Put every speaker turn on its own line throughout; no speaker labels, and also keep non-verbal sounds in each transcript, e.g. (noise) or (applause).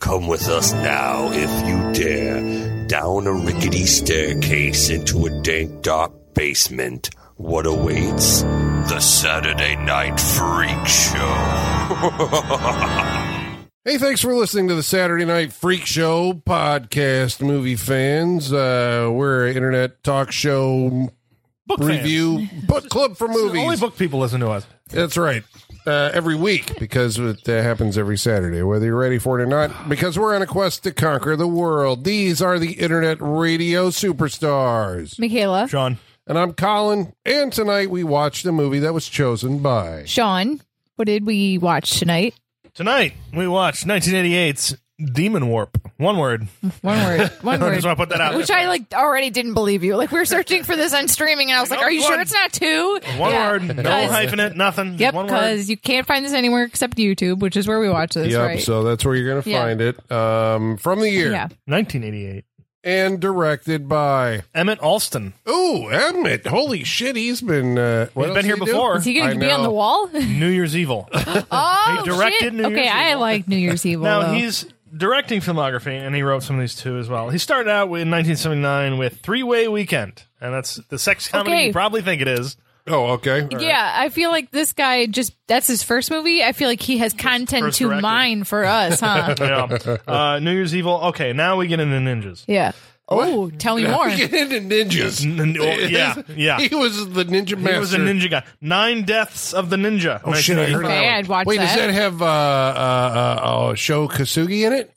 Come with us now, if you dare, down a rickety staircase into a dank, dark basement. What awaits? The Saturday Night Freak Show.
Hey, thanks for listening to the Saturday Night Freak Show podcast, movie fans. Uh, we're an internet talk show
book fans.
review (laughs) book club for movies.
Only book people listen to us.
That's right. Uh, every week, because it uh, happens every Saturday, whether you're ready for it or not, because we're on a quest to conquer the world. These are the internet radio superstars.
Michaela,
Sean,
And I'm Colin, and tonight we watched a movie that was chosen by.
Sean, what did we watch tonight?
tonight we watched 1988's Demon Warp. One word. (laughs)
One word. One
I
word.
just want to put that out.
Which I like already didn't believe you. Like we were searching for this on streaming, and I was like,
Nope,
"Are you
one.
sure it's not two?
one
Yeah.
word. No
Guys-
hyphen it. Nothing.
Yep,
One word.
because you can't find this anywhere except YouTube, which is where we watch this,
yep,
right?
so that's where you're going to
Yeah.
find it. Um, from the year.
yeah,
1988.
And directed by.
Emmett Alston.
Oh, Emmett! Holy shit, he's been uh, what
He's
else
been here
did he do?
before.
is he
I
going to be on
know.
the wall?
New Year's Evil.
(laughs) oh,
He directed
shit.
New
okay,
Year's
I
Evil.
like New Year's Evil.
now
though.
he's directing filmography, and he wrote some of these too as well. He started out with, in 1979 with Three Way Weekend, and that's the sex comedy
Okay.
you probably think
(laughs)
it is.
Oh, okay. All right.
Yeah, I feel like this guy just that's his first movie. I feel like he has content
first
to
directed.
mine for
(laughs)
us, huh?
Yeah. uh, New Year's Evil. Okay, now we get into ninjas.
yeah. Oh, tell me
(laughs)
(laughs)
more.
We get into ninjas.
N- oh,
(laughs)
yeah, yeah.
He was the ninja master.
He was a ninja guy. Nine deaths of the ninja.
Oh shit! I heard
Okay,
that.
I'd watch
Wait, does
that.
that have uh, uh, uh, oh, Sho Kasugi in it?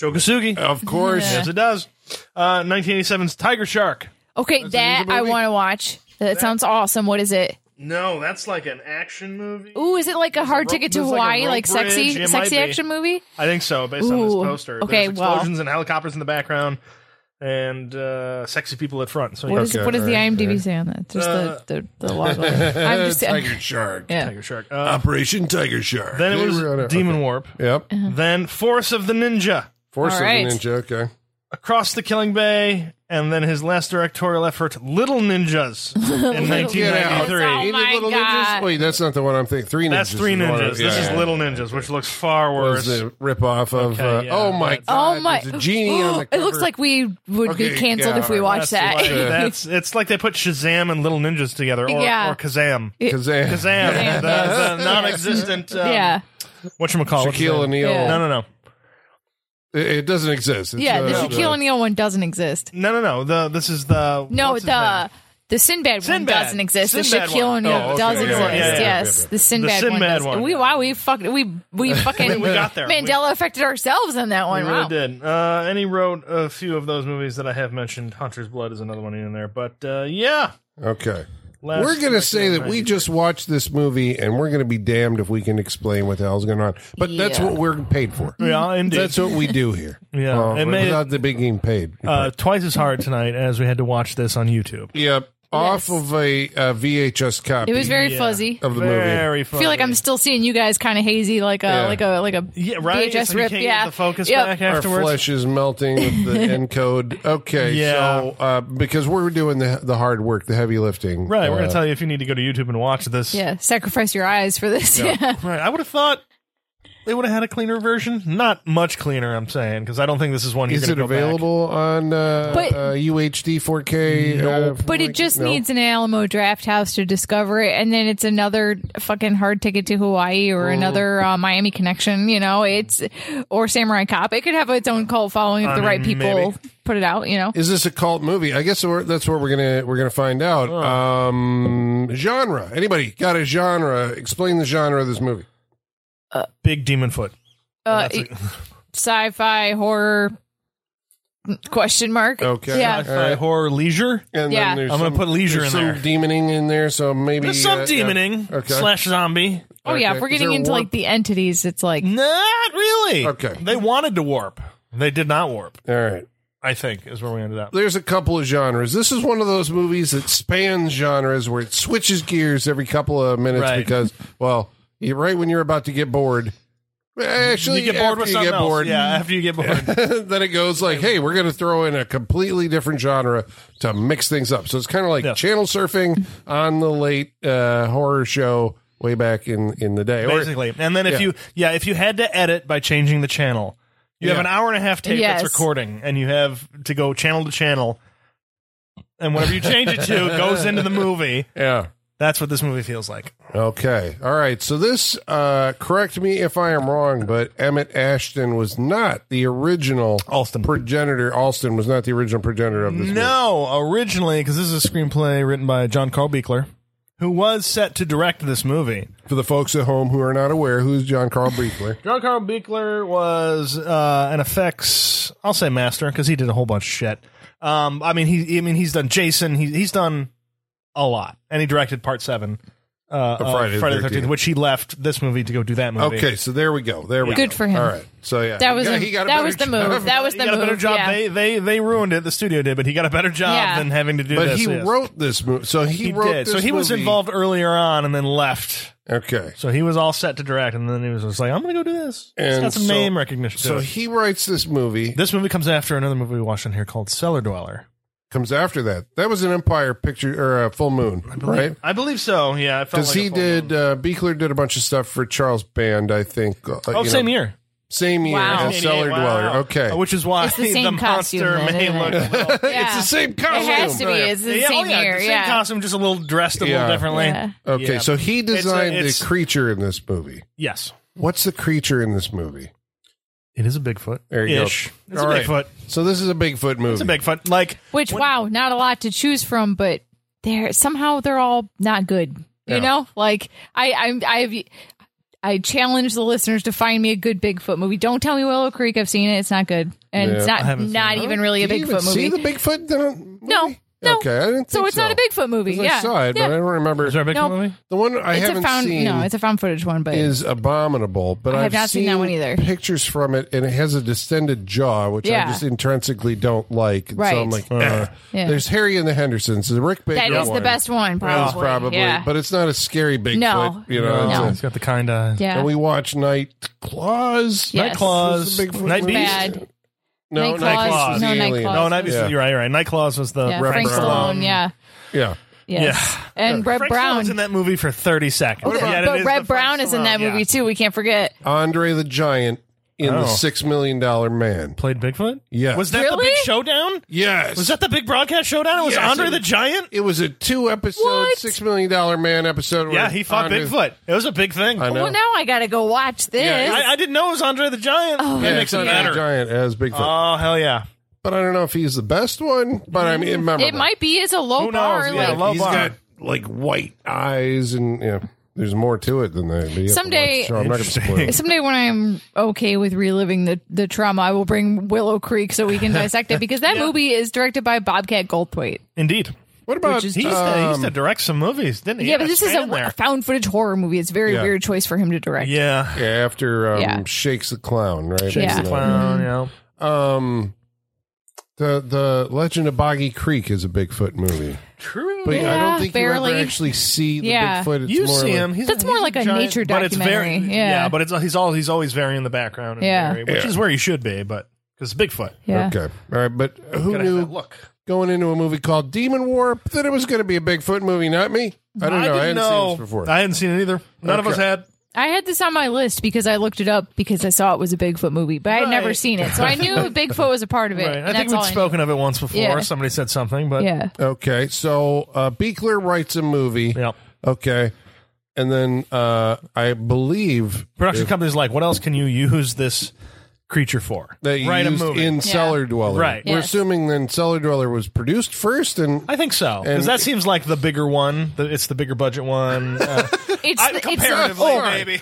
Shokasugi.
Of course.
Yes, it does. Uh, 1987's Tiger Shark.
Okay, that
another
I
movie.
want to watch. That sounds awesome. What is it?
No, that's like an action movie.
Ooh, is it like a hard
rope-
ticket to
there's like a
Hawaii,
rope
like sexy,
bridge. It might
sexy
be.
action movie?
I think so, based on this
Ooh,
poster.
okay,
There's
well.
explosions and helicopters in the background, and uh, sexy people at front. So
What
yeah,
is
Okay,
what does the
alright,
IMDb say on that? Just
Uh,
the
(laughs)
the, the log line. I'm just I'm-
Uh, Tiger Shark.
yeah.
Tiger Shark. Uh,
Operation Tiger Shark.
then
They
it was
were on a-
Demon Warp.
Uh-huh.
okay. Yep.
Then Force of the Ninja.
Force of the
Uh, Alright.
Ninja. Okay.
Across the Killing Bay, and then his last directorial effort, Little
(laughs)
Ninjas, in
Get out.
1993.
Oh
Any
my
little ninjas?
God.
Wait, that's not the one I'm thinking. Three ninjas.
That's Three
is the one
Ninjas.
I'm-
This
yeah,
is
yeah.
Little Ninjas, which looks far
Was
worse.
the ripoff of?
Okay,
uh,
yeah,
oh my
that's-
god!
Oh my!
there's a genie on the
(gasps) it
cover.
looks like we would
Okay,
be canceled
yeah,
if we watched
That's
that. (laughs)
like- that's it's like they put Shazam and Little Ninjas together, or,
(laughs) Yeah.
or Kazam.
Kazam.
Kazam,
Kazam,
the, the non-existent. Um,
yeah,
What you call
Shaquille O'Neal.
Yeah.
No, no, no,
It, it doesn't exist. It's,
yeah. The
uh,
Shaquille O'Neal one doesn't exist.
no, no, no. The this is the
No,
what's his
the
name?
the Sinbad,
Sinbad.
one doesn't exist.
Sinbad
the Shaquille
one.
O'Neal
Oh, okay,
does
yeah,
exist.
yeah, yeah, yeah,
yes,
yeah, yeah.
the Sinbad, one.
Sinbad
does.
one.
We wow, we fucked. We
(laughs)
we fucking
We got there. We-
Mandela affected ourselves on that
We
one.
really
wow.
did. Uh, and he wrote a few of those movies that I have mentioned. Hunter's Blood is another one in there, but uh, yeah,
Okay.
Last
we're going to say that we
1993.
just watched this movie and we're going to be damned if we can explain what the hell's going on. But that's
Yeah.
what we're paid for.
yeah, Uh, indeed.
That's what we do here.
(laughs) Yeah,
Uh,
it made it-
without the big game paid.
uh, twice as hard tonight as we had to watch this on YouTube.
yep. Off
Yes.
of a, uh VHS copy
It was very
Yeah.
fuzzy.
of the movie.
Very
I feel like I'm still seeing you guys kind of hazy, like a
Yeah.
like a like a
yeah, right. It's
VHS
like you
rip.
can't
yeah,
get the focus
Yep.
back
Our
afterwards.
flesh is melting with
(laughs)
the encode. Okay,
Yeah.
so uh, because we're doing the the hard work, the heavy lifting.
Right, we're
Uh,
gonna tell you if you need to go to YouTube and watch this.
Yeah, sacrifice your eyes for this. Yeah,
Right. I would have thought they would have had a cleaner version. Not much cleaner, I'm saying, because I don't think this is one. He's
Is it
gonna go back.
available on uh,
But-
uh, UHD 4K? uh,
(laughs) but it
like-
just
no?
needs an Alamo Draft House to discover it, and then it's another fucking hard ticket to Hawaii or another uh, Miami Connection. You know, it's or Samurai Cop. It could have its own cult following if
I
the right
mean,
people
maybe.
put it out. You know,
Is this a cult movie? I guess we're, that's what we're gonna we're gonna find out. Um, genre. Anybody got a genre? Explain the genre of this movie.
Big Demon Foot.
uh, (laughs) sci-fi horror question mark.
Okay.
Yeah.
All right.
horror leisure.
And
Yeah.
there's
I'm gonna
some-
put leisure
there's
in
some
there.
demoning in there, so maybe
There's some
uh, yeah.
demoning
Okay.
slash zombie.
Oh yeah,
Okay.
if we're
Is
getting
there
into
warp?
like the entities, it's like
Not really.
Okay.
They wanted to warp. They did not warp.
All right.
I think is where we ended up.
There's a couple of genres. This is one of those movies that spans genres, where it switches gears every couple of minutes
Right.
because, well, you right when you're about to get bored. Actually,
you get bored
after
with
you
something
get bored,
else. Yeah, after you get
(laughs)
bored.
then it goes like, hey, we're going to throw in a completely different genre to mix things up. So it's kind of like
Yeah.
channel surfing on the late uh, horror show way back in in the day. Or-
basically. And then if
yeah.
you yeah, if you had to edit by changing the channel, you have
Yeah.
an hour and a half tape
Yes.
that's recording, and you have to go channel to channel. And whatever you change it
(laughs)
to goes into the movie.
yeah.
That's what this movie feels like.
Okay. All right. So this, uh, correct me if I am wrong, but Emmett Ashton was not the original
Alston.
progenitor. Alston was not the original progenitor of this. movie.
No, originally, because this is a screenplay written by John Carl who was set to direct this movie.
For the folks at home who are not aware, who's John Carl Briefler?
John Carl Beekler was uh, an effects, I'll say master, because he did a whole bunch of shit. Um, I mean, he, I mean, he's done Jason. He, he's done a lot, and he directed Part Seven uh, of
Friday
Friday,
the
the
13th.
Thirteenth, which he left this movie to go do that movie.
Okay. So there we go. There we
Good
go.
for him.
All right. So yeah,
That was
He got-
a-
he got a
that
better
was the
job.
move. That was
he
the
got a better
move,
job.
yeah.
They they they ruined it. The studio did, but he got a better job
Yeah.
than having to do
But
this.
he
yes.
wrote this movie. So he,
He
wrote.
did.
This
So he was
movie.
involved earlier on and then left.
Okay.
So he was all set to direct, and then he was just like, "I'm going to go do this." it's
And
got some
so-
name recognition.
So
to it.
he writes this movie.
this movie comes after another movie we watched on here called Cellar Dweller.
comes after that. That was an Empire picture or a Full Moon, right?
I believe so. Yeah, it felt
Because
like
he
a full
did,
moon.
uh, Beekler did a bunch of stuff for Charles Band, I think. uh,
Oh,
you
same
know,
year.
Same year
Wow.
as Cellar Dweller.
Wow.
Okay.
Uh, Which is why
It's the
the,
same costume
monster
then,
may
isn't
(laughs)
look.
it?
a little-
Yeah.
it's the same
It
costume.
has to be. It's the
Yeah, oh,
same
yeah,
year.
the same
yeah.
costume, just a little dressed a
Yeah.
little differently.
Yeah.
Okay,
Yeah.
so he
a-
designed
it's-
the creature in this movie.
Yes,
What's the creature in this movie?
it is a Bigfoot.
There you go.
Ish. It's
All
a
right.
Bigfoot.
So this is a Bigfoot movie.
It's a Bigfoot. Like
Which
When-
wow, not a lot to choose from, but they're somehow they're all not good. You
Yeah.
know, like I I'm I've. I challenge the listeners to find me a good Bigfoot movie. Don't tell me Willow Creek. I've seen it. It's not good, and it's
Yeah.
I
not
haven't seen
not
it.
even really a
Did you even
Bigfoot movie.
See the Bigfoot? in the movie?
No, no.
Okay, I didn't.
so
think
it's not a Bigfoot movie.
'Cause
Yeah,
I saw it,
yeah.
but I don't remember.
is there a Bigfoot
Nope.
movie?
the one I
it's a
haven't
found
seen.
no, it's a found footage one, but
is abominable, but
I
I've,
have not seen that one either.
Pictures from it, and it has a distended jaw, which
Yeah.
I just intrinsically don't like. And So I'm
Right.
like,
Uh.
"Ugh."
Yeah.
there's Harry and the Hendersons, the Rick Baker.
that is
one.
the best one,
That was
probably.
probably,
yeah.
but it's not a scary Bigfoot.
No.
you know.
No.
it's
Uh, It's got the kind of
a-
yeah.
and we watch Night Claws.
Yes.
night claws,
This is a Bigfoot
night
movie.
beast.
Bad.
No,
Night
Night
Claws.
Claws.
No,
was the
Night
alien.
Claws.
No, night beast.
Yeah.
You're right. You're right. Night claws was the
yeah.
Frank
Frank
Stallone.
Stallone. Yeah.
Yeah.
Yes. And Red
Frank
Brown.
Stallone's in that movie for 30 seconds.
But,
Yet it
but
is
Red
the Frank
Brown is in that
Stallone. Yeah.
movie too. We can't forget.
Andre the Giant in
Oh.
the Six Million Dollar Man.
Played Bigfoot?
Yeah.
Was that the
Really?
big showdown?
Yes.
Was that the big broadcast showdown? It was
Yes,
Andre
it-
the Giant?
It was a two episode,
What?
six million dollar man episode.
Yeah,
where
he fought
Andre-
Bigfoot. It was a big thing.
I
I,
know.
Well, now I got to go watch this.
Yeah,
I didn't know it was Andre the Giant.
Oh,
that
Yeah,
makes it
it's Andre the
better.
Giant as Bigfoot.
Oh, hell yeah.
but I don't know if he's the best one. But I mean, remember,
it might be as a low
Who knows?
bar.
Yeah,
like
low
He's
bar.
got like white eyes, and yeah, there's more to it than that. but you have to
Someday-
watch, so I'm not going to spoil it.
someday when I'm okay with reliving the the trauma, I will bring Willow Creek so we
(laughs)
can dissect it because that movie is directed by Bobcat Goldthwait.
Indeed.
What about um,
He used, to, he used to direct some movies, didn't he?
Yeah,
He
but
had
this is a
span there.
found footage horror movie. It's a very
Yeah.
weird choice for him to direct.
Yeah.
yeah, after um,
Yeah.
Shakes the Clown, right? Shakes
Yeah.
He's a
Mm-hmm.
clown, yeah.
Um, the the Legend of Boggy Creek is a Bigfoot movie,
True.
but I
Yeah,
don't think you
barely.
ever actually see the
Yeah.
Bigfoot. It's
you
more
see
like-
him. He's
That's
a-
more
he's
like a
giant,
nature
but it's very-
documentary, yeah.
but it's he's all he's always very in the background. and
Yeah.
very- which
Yeah.
is where he should be, but because Bigfoot.
Yeah.
Okay, all right, but who
Gotta have
knew
that look?
going into a movie called Demon Warp that it was going to be a Bigfoot movie, not me. I don't know. I hadn't seen this before.
I hadn't seen it either. None
Okay.
of us had.
I had this on my list because I looked it up because I saw it was a Bigfoot movie, but I had never
(laughs) Right.
seen it, so I knew Bigfoot was a part of it.
Right.
and
I think
that's all
we'd spoken of it once before.
Yeah.
Somebody said something, but
knew. Yeah,
okay, so uh, Beekler writes a movie.
Yeah.
Okay, and then uh, I believe
Production companies like, what else can you use this creature for?
that you
Write a
used
movie.
in Cellar Dweller.
Right.
We're
Yes.
assuming then Cellar Dweller was produced first, and (laughs)
I think so
And-
because that seems like the bigger one. The, it's the bigger
(laughs)
budget one. Uh,
it's
I,
it's-
comparatively,
All right.
(laughs)
maybe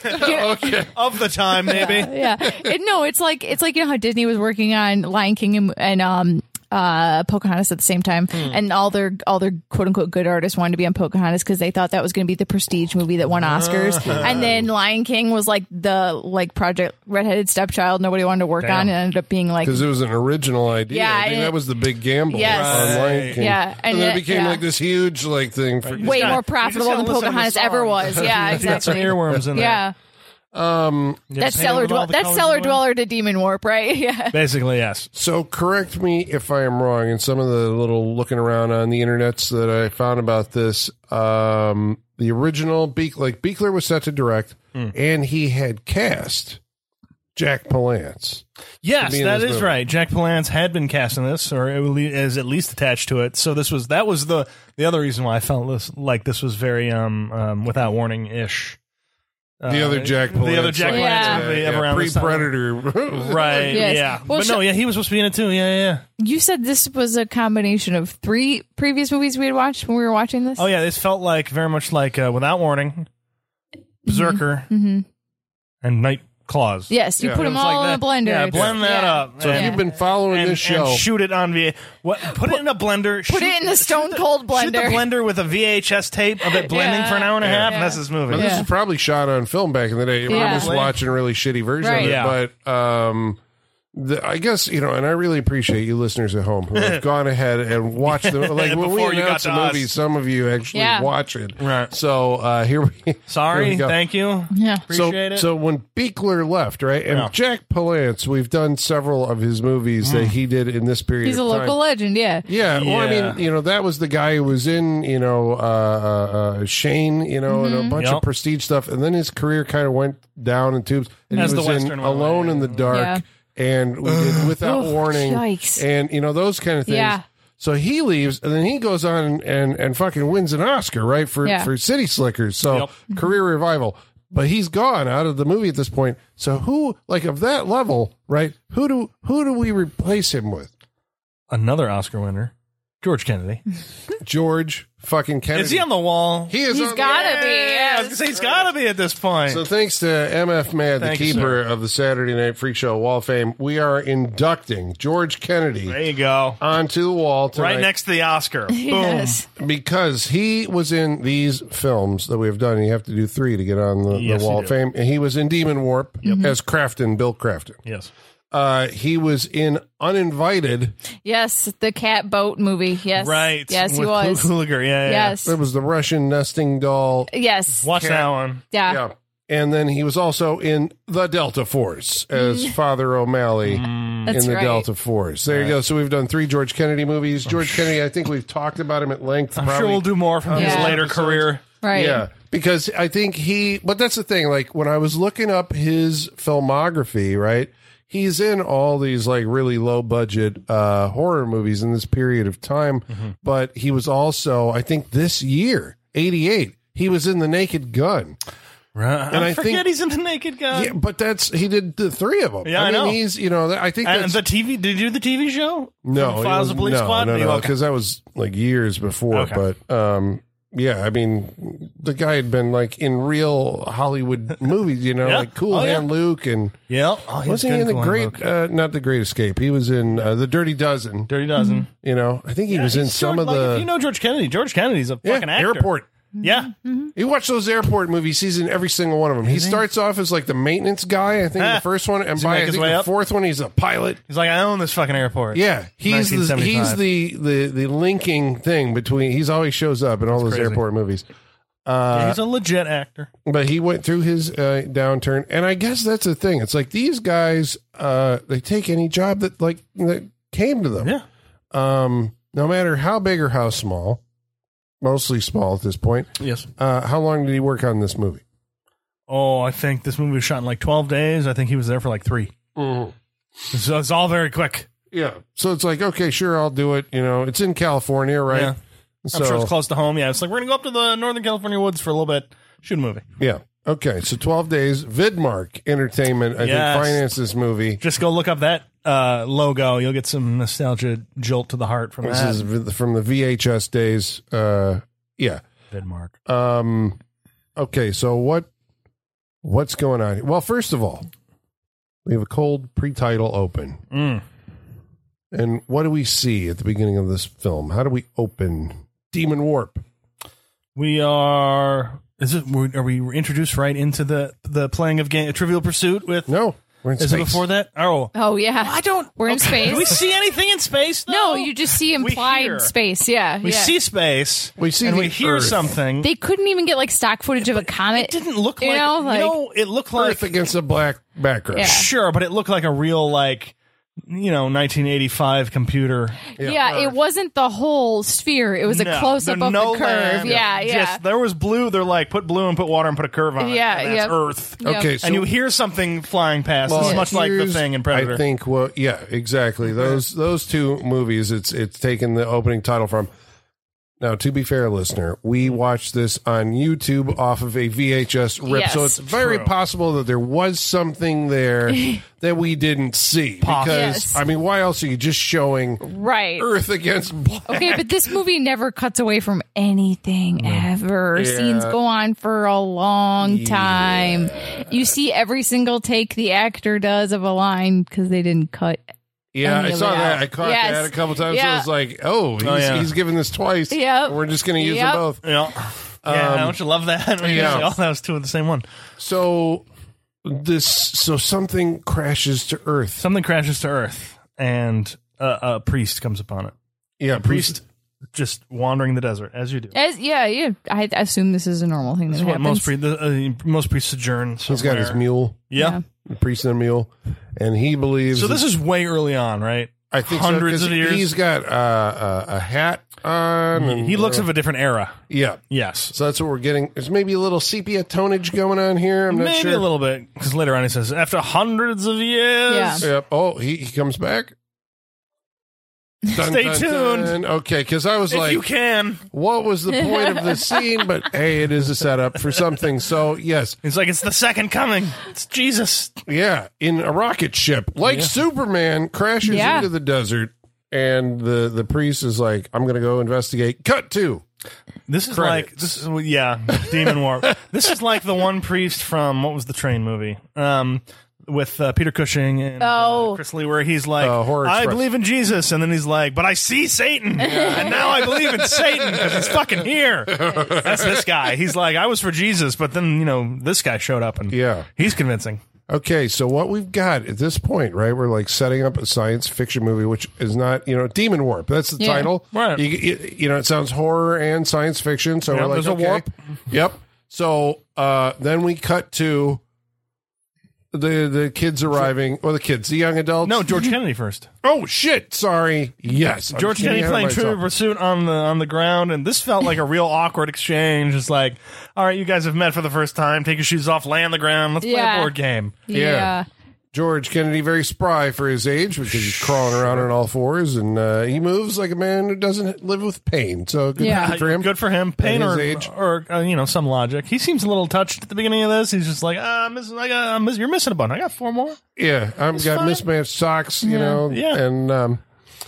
(laughs) of the time, maybe.
yeah. It- no, it's like it's like you know how Disney was working on Lion King and, and um uh Pocahontas at the same time,
Hmm.
and all their all their quote unquote good artists wanted to be on Pocahontas because they thought that was going to be the prestige movie that won Oscars,
Uh-huh.
and then Lion King was like the like project redheaded stepchild nobody wanted to work
Damn.
on, and ended up being like
because it was an original idea,
Yeah,
I think
it-
that was the big gamble
Yes.
on Lion King.
Yeah,
and,
and
then it
it-
became
yeah.
like this huge like thing for
way
gotta-
more
you just
profitable
gotta listen
than
to the (laughs)
Pocahontas ever
songs.
was. Yeah,
Got some
exactly.
earworms in there.
Yeah,
Um,
You
That's
just hang out
cellar
with all
dweller.
the
That's
colors
cellar
of the
dweller to demon warp, right? (laughs) Yeah.
world? Basically, yes.
so correct me if I am wrong. In some of the little looking around on the internets that I found about this, um, the original Beak like Beekler was set to direct,
Hmm.
and he had cast Jack Palance.
Yes,
be in
that
this
is
movie.
right. Jack Palance had been cast in this, or at le- is at least attached to it. So this was that was the the other reason why I felt this like this was very um, um without warning ish.
The other Jack Palance,
Uh, the other Jack Palance
Yeah.
movie of around
pre
this time.
Predator, (laughs)
(laughs) right?
Yes.
Yeah,
Well,
but no,
so-
yeah, he was supposed to be in it too. Yeah, yeah. yeah.
You said this was a combination of three previous movies we had watched when we were watching this.
Oh yeah, this felt like very much like uh, without warning,
Mm-hmm.
Berserker,
Mhm.
and Night Claws.
Yes, you
Yeah.
put
It
them
was like
all in
that.
a blender.
Yeah,
It's-
blend that
yeah.
up.
So if
and-
you've been following
and,
this show,
and shoot it on VA. What, put, it in a blender.
Put it in the stone cold
Shoot the
blender.
blender with a VHS tape of it blending
Yeah.
for an hour and a half, and
Yeah.
that's this movie.
Well,
Yeah.
This is probably shot on film back in the day. We're
Yeah.
just watching a really shitty version
Right.
of it.
Yeah.
But um, the, I guess, you know, and I really appreciate you listeners at home who
(laughs)
have gone ahead and watched them. Like when we
Before you
announce
got to
the movie,
us.
some of you actually
Yeah.
watch it.
Right.
So uh, here we here
Sorry,
we go.
thank you.
Yeah.
so,
Appreciate it.
so when Beekler left, right, and
Yeah.
Jack Palance, we've done several of his movies
Mm.
that he did in this period.
He's a
of time.
local legend. Yeah.
Yeah, well, I
Yeah.
mean, you know, that was the guy who was in, you know, uh, uh, uh, Shane, you know,
Mm-hmm.
and a bunch of
Yep.
prestige stuff, and then his career kind of went down in tubes. And
As
he
the
was in
Western one,
Alone
yeah.
in the Dark, and we did Without
Ugh,
Warning,
yikes.
and you know those kind of things.
Yeah.
So he leaves, and then he goes on and and, and fucking wins an Oscar, right, for
Yeah.
for City Slickers. So
Yep.
(laughs) career revival. But he's gone out of the movie at this point. So who, like, of that level, right? Who do who do we replace him with?
Another Oscar winner, George Kennedy.
George fucking Kennedy.
Is he on the wall?
He is
He's
on the-
gotta be.
I was
yes.
gonna say he's got to be at this point.
So thanks to MF Mad,
Thank
the
you,
keeper of the Saturday Night Freak Show Wall of Fame, we are inducting George Kennedy
there you go.
onto the wall tonight
Right next to the Oscar. Boom.
(laughs) Yes.
because he was in these films that we have done. You have to do three to get on the,
Yes,
the
you
Wall of
do.
Fame. And he was in Demon Warp as Crafton, Bill Crafton.
Yes.
Uh, he was in Uninvited.
Yes, the cat boat movie. Yes.
Right.
Yes, he
With
was.
Luke Hooliger. Yeah. yeah, yeah.
Yes.
That was the Russian nesting doll.
Yes.
Watch that one.
Yeah.
Yeah. And then he was also in The Delta Force as Father O'Malley.
Mm.
Mm.
That's
in the
right.
Delta Force. There you go. So we've done three George Kennedy movies. George Kennedy, I think we've talked about him at length.
Oh, I'm sure we'll do more from his
Oh, Yeah.
later
episodes.
career.
Right.
Yeah, because I think he. But that's the thing. Like when I was looking up his filmography, right? He's in all these like really low budget uh, horror movies in this period of time.
Mm-hmm.
But he was also, I think, this year, eighty eight. He was in The Naked Gun.
Right.
And I
Uh-huh. forget
think-
he's in the Naked Gun.
Yeah, but that's he did the three of them.
Yeah, I
mean,
know.
He's you know I think
And
that's
the TV? Did you do the TV show?
No,
From
it
Files
was-
of Police
no,
Squad.
No, no,
Okay.
because that was like years before.
Okay.
But um, yeah, I mean, the guy had been like in real Hollywood movies, you know,
Yeah.
like Cool
Oh, yeah.
Hand Luke, and
Yeah. Oh,
was he
good
in the
going,
Great?
Luke.
Uh, not the Great Escape. He was in uh, the Dirty Dozen.
Dirty Dozen?
You know, I think he was in
He's
some
George-
of
like,
the
if you know George Kennedy. George Kennedy's a
Yeah,
fucking actor.
airport.
Yeah.
You watch those airport movies. He's in every single one of them. He starts off as like the maintenance guy. I think in
Ah. (laughs)
the first one, and
he
by
make
I
his
think
way
the
up?
fourth one, he's a pilot.
He's like, I own this fucking airport.
Yeah, he's the, he's
1975.
the, the the linking thing between. He's always shows up in all those
crazy.
airport movies.
Yeah,
Uh,
he's a legit actor.
But he went through his uh, downturn, and I guess that's the thing. It's like these guys, uh, they take any job that like that came to them,
Yeah.
um, no matter how big or how small. Mostly small at this point.
Yes.
Uh, how long did he work on this movie?
Oh, I think this movie was shot in like 12 days. I think he was there for like three.
Mm-hmm.
So it's all very quick.
Yeah, so it's like okay, sure, I'll do it. You know, it's in California, right?
Yeah.
So,
I'm sure it's close to home. Yeah. It's like, we're going to go up to the Northern California woods for a little bit, shoot a movie.
Yeah. Okay. So 12 days. Vidmark Entertainment, I
Yes.
think, financed this movie.
Just go look up that uh, logo. You'll get some nostalgia jolt to the heart from
This
that.
is v- from the VHS days. Uh, yeah.
Vidmark.
Um, okay. So what what's going on? Well, first of all, we have a cold pre-title open.
Mm.
And what do we see at the beginning of this film? How do we open Demon Warp?
We are. Is it? Are we introduced right into the the playing of game, Trivial Pursuit with
No. We're in
Is it
space.
before that? Oh,
Oh yeah.
I don't.
We're in
Okay. Do we
space.
see anything in space? Though?
no, you just see
We
implied
hear.
space. Yeah.
We
yeah.
see space.
We see
and
the
we hear
Earth.
something.
they couldn't even get like stock footage of a comet.
it didn't look
you
like,
know, like-
you know it looked like
Earth against a black background.
Yeah.
sure, but it looked like a real like you know 1985 computer.
Yeah, it wasn't the whole sphere. It was a
No,
close up
there-
of
no
the curve.
land.
Yeah, yeah.
Just- there was blue. They're like put blue and put water and put a curve on it.
Yeah,
and that's
yep.
Earth.
Yep.
Okay, so
and you hear something flying past.
Well,
it's much like the
here's-
thing in Predator.
I think well yeah, exactly. Those those two movies it's it's taken the opening title from. Now, to be fair, listener, we
Hmm.
watched this on YouTube off of a VHS rip, so it's
Yes.
very
True.
possible that there was something
(laughs)
there that we didn't see. Because
Yes.
I mean, why else are you just showing
right.
Earth against black?
Okay, but this movie never cuts away from anything ever. Scenes go on for a long time. You see every single take the actor does of a line because they didn't cut.
Yeah,
Any
I
of
saw
it
that.
out.
I caught
Yes.
that a couple times. So
Yeah.
I was like, oh, he's,
yeah.
he's given this twice.
Yep.
We're just going to use
Yep.
them both.
Yeah. Yeah,
Um,
don't you love that? (laughs) When you
yeah.
say, Oh, that was two of the same one.
So this, so something crashes to Earth.
Something crashes to Earth, and uh, a priest comes upon it.
Yeah,
Priest just wandering the desert, as you do.
As, yeah, yeah. I assume this is a normal thing that
That's what
happens.
most, pre- the, uh, most priests sojourn.
He's got his
somewhere.
mule,
Yeah.
Yeah.
the priest and a mule, and he believes.
So this is way early on, right?
I think so,
hundreds
'cause
of years.
He's got uh, uh, a hat on. and-
he looks of a different era.
yeah.
Yes.
So that's what we're getting. There's maybe a little sepia tonage going on here. I'm not
Maybe
sure.
a little bit, because later on he says, after hundreds of years.
Yeah.
Yep. Oh, he, he comes back.
(laughs)
Dun,
Stay tuned.
Okay, because I was
If
like,
you can,
what was the point of the
(laughs)
scene? But hey, it is a setup for something. So yes,
it's like it's the second coming. It's Jesus.
yeah, in a rocket ship, like Superman, crashes
Yeah.
into the desert, and the the priest is like, "I'm going to go investigate." Cut to
This is
Credits.
like this is yeah, Demon
(laughs)
War. this is like the one priest from what was the train movie? Um with uh, Peter Cushing and uh,
Oh.
Chris Lee, where he's like,
Uh, Horror
"I
Express.
believe in Jesus," and then he's like, "But I see Satan, and now I believe in Satan because he's fucking here." That's this guy. He's like, "I was for Jesus," but then you know this guy showed up, and
Yeah.
he's convincing.
Okay, so what we've got at this point, right? We're like setting up a science fiction movie, which is not, you know, Demon Warp. That's the
Yeah.
title,
Right.
You, you, you know, it sounds horror and science fiction. So
Yeah,
we're like,
there's a
okay.
warp.
Yep. So uh, then we cut to the the kids arriving, or the kids, the young adults.
No, George Kennedy first.
oh shit, sorry. Yes, I'm
George
getting
Kennedy
ahead of
playing
myself.
True Pursuit on the on the ground, and this felt like a real awkward exchange. It's like, all right, you guys have met for the first time. Take your shoes off, lay on the ground. Let's play
Yeah.
a board game.
Yeah.
yeah.
George Kennedy, very spry for his age, because he's crawling around on all fours, and uh, he moves like a man who doesn't live with pain. So good,
Yeah.
good for him.
Good for him. Pain
his
or,
age.
or uh, you know some logic. He seems a little touched at the beginning of this. He's just like, ah, I'm missing, I got, I'm miss, you're missing a button. I got four more.
Yeah, I've got
fine.
mismatched socks, you know,
Yeah.
and um,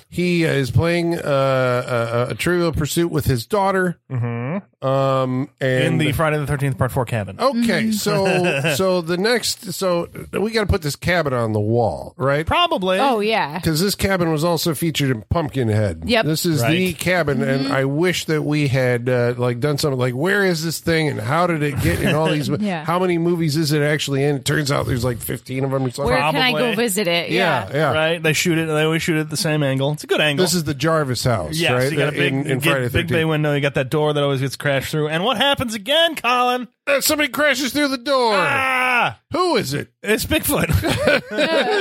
he is playing uh, uh, a Trivial Pursuit with his daughter. Mm-hmm. Um,
In
and
the Friday the Thirteenth Part Four cabin.
Oh. okay,
Mm-hmm.
so
(laughs)
so the next, so we got to put this cabin on the wall, right?
Probably.
Oh yeah.
Because this cabin was also featured in Pumpkinhead.
Yep. Mm-hmm.
this is the
Right.
cabin, and I wish that we had uh, like done something like where is this thing and how did it get in all these?
(laughs) Yeah.
How many movies is it actually in? It turns out there's like fifteen of them or something.
Where can I
Probably.
go visit it?
yeah, yeah.
Right. They shoot it. They always shoot it at the same angle. It's a good angle.
This is the Jarvis house,
yeah.
right? Uh,
So you got a big,
in, in
get-
Friday
big
13.
bay window. You got that door that always gets crashed through. And what happens again, Colin?
Uh, somebody crashes through the door.
Ah,
Who is
(laughs)
it?
it's Bigfoot.
(laughs)
(laughs)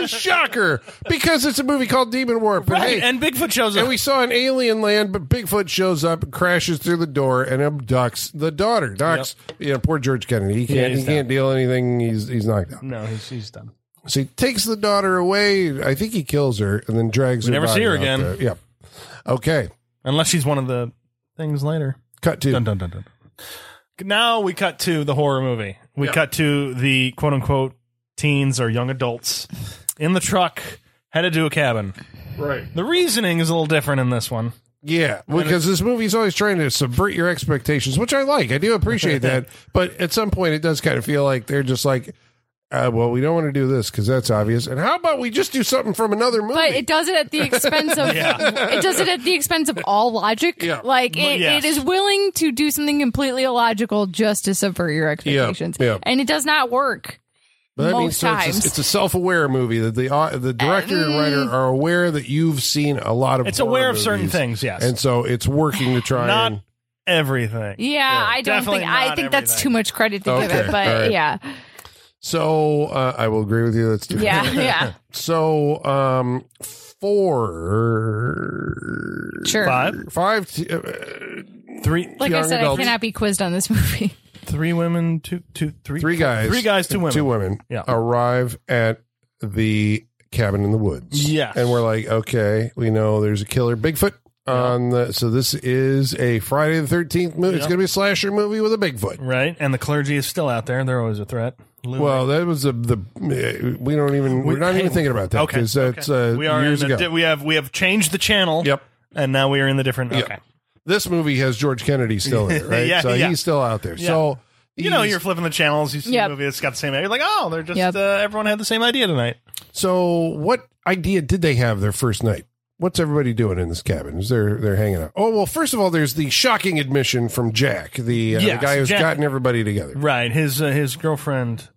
Shocker! Because it's a movie called Demon Warp. But
right.
hey, and,
And Bigfoot shows up.
we saw an alien land, but Bigfoot shows up, and crashes through the door, and abducts the daughter. Docs, you know, poor George Kennedy. He can't.
he's
he can't deal anything. He's he's knocked out.
no, he's, he's done.
So he takes the daughter away. I think he kills her and then drags her.
never see
body
her
out
again.
there. Yep. Okay.
Unless she's one of the things later.
Cut to
Dun, dun, dun, dun. Now we cut to the horror movie. We cut to the quote unquote teens or young adults in the truck headed to a cabin.
right.
The reasoning is a little different in this one.
Yeah, because this movie's always trying to subvert your expectations, which I like. I do
(laughs)
appreciate that. But at some point, it does kind of feel like they're just like, uh, well, we don't want to do this because that's obvious. And how about we just do something from another movie?
But it does it at the
(laughs)
expense of
Yeah.
it does it at the expense of all logic.
Yeah.
Like it,
yes.
it is willing to do something completely illogical just to subvert your expectations,
yeah.
and it does not work.
But that
most
means so
times. Um,
It's, a, it's a self-aware movie that the au- the director and writer are aware that you've seen a lot of.
It's
horror
aware of certain
movies.
things, yes.
and so it's working to try
Not
and
everything.
yeah, I don't
Definitely
think
not
I think that's
everything.
too much credit to give
Okay,
it, but
all right. (laughs)
yeah,
so uh, I will agree with you. That's too
yeah, yeah,
(laughs) So um, four,
sure.
Five,
five. T- uh,
three,
Like I
young
said,
adults.
I cannot be quizzed on
(laughs)
this movie.
three women, two, two, three,
three guys,
three guys, two women.
two women
Yeah.
arrive at the cabin in the woods.
Yes.
and we're like, okay, we know there's a killer Bigfoot on the. So this is a Friday the Thirteenth movie. It's
Yeah.
going to be a slasher movie with a Bigfoot.
Right, and the clergy is still out there. They're always a threat. Lou-
Well, that was a, the uh, we don't even we, are not
hey,
even thinking about that
okay,
because that's
okay.
uh,
we are
years
in a
ago.
di- we have we have changed the channel.
Yep.
and now we are in the different. Okay,
this movie has George Kennedy still
(laughs)
in it, right?
Yeah,
so
yeah.
he's still out there. So
you know
he's-
you're flipping the channels. You see
Yep.
a movie that's got the same. You're like, oh, they're just
Yep.
uh, everyone had the same idea tonight.
So, what idea did they have their first night? What's everybody doing in this cabin? Is they're they're hanging out? Oh well, first of all, there's the shocking admission from Jack, the, uh,
Yes,
the guy who's
Jack-
gotten everybody together.
Right, his uh, his girlfriend.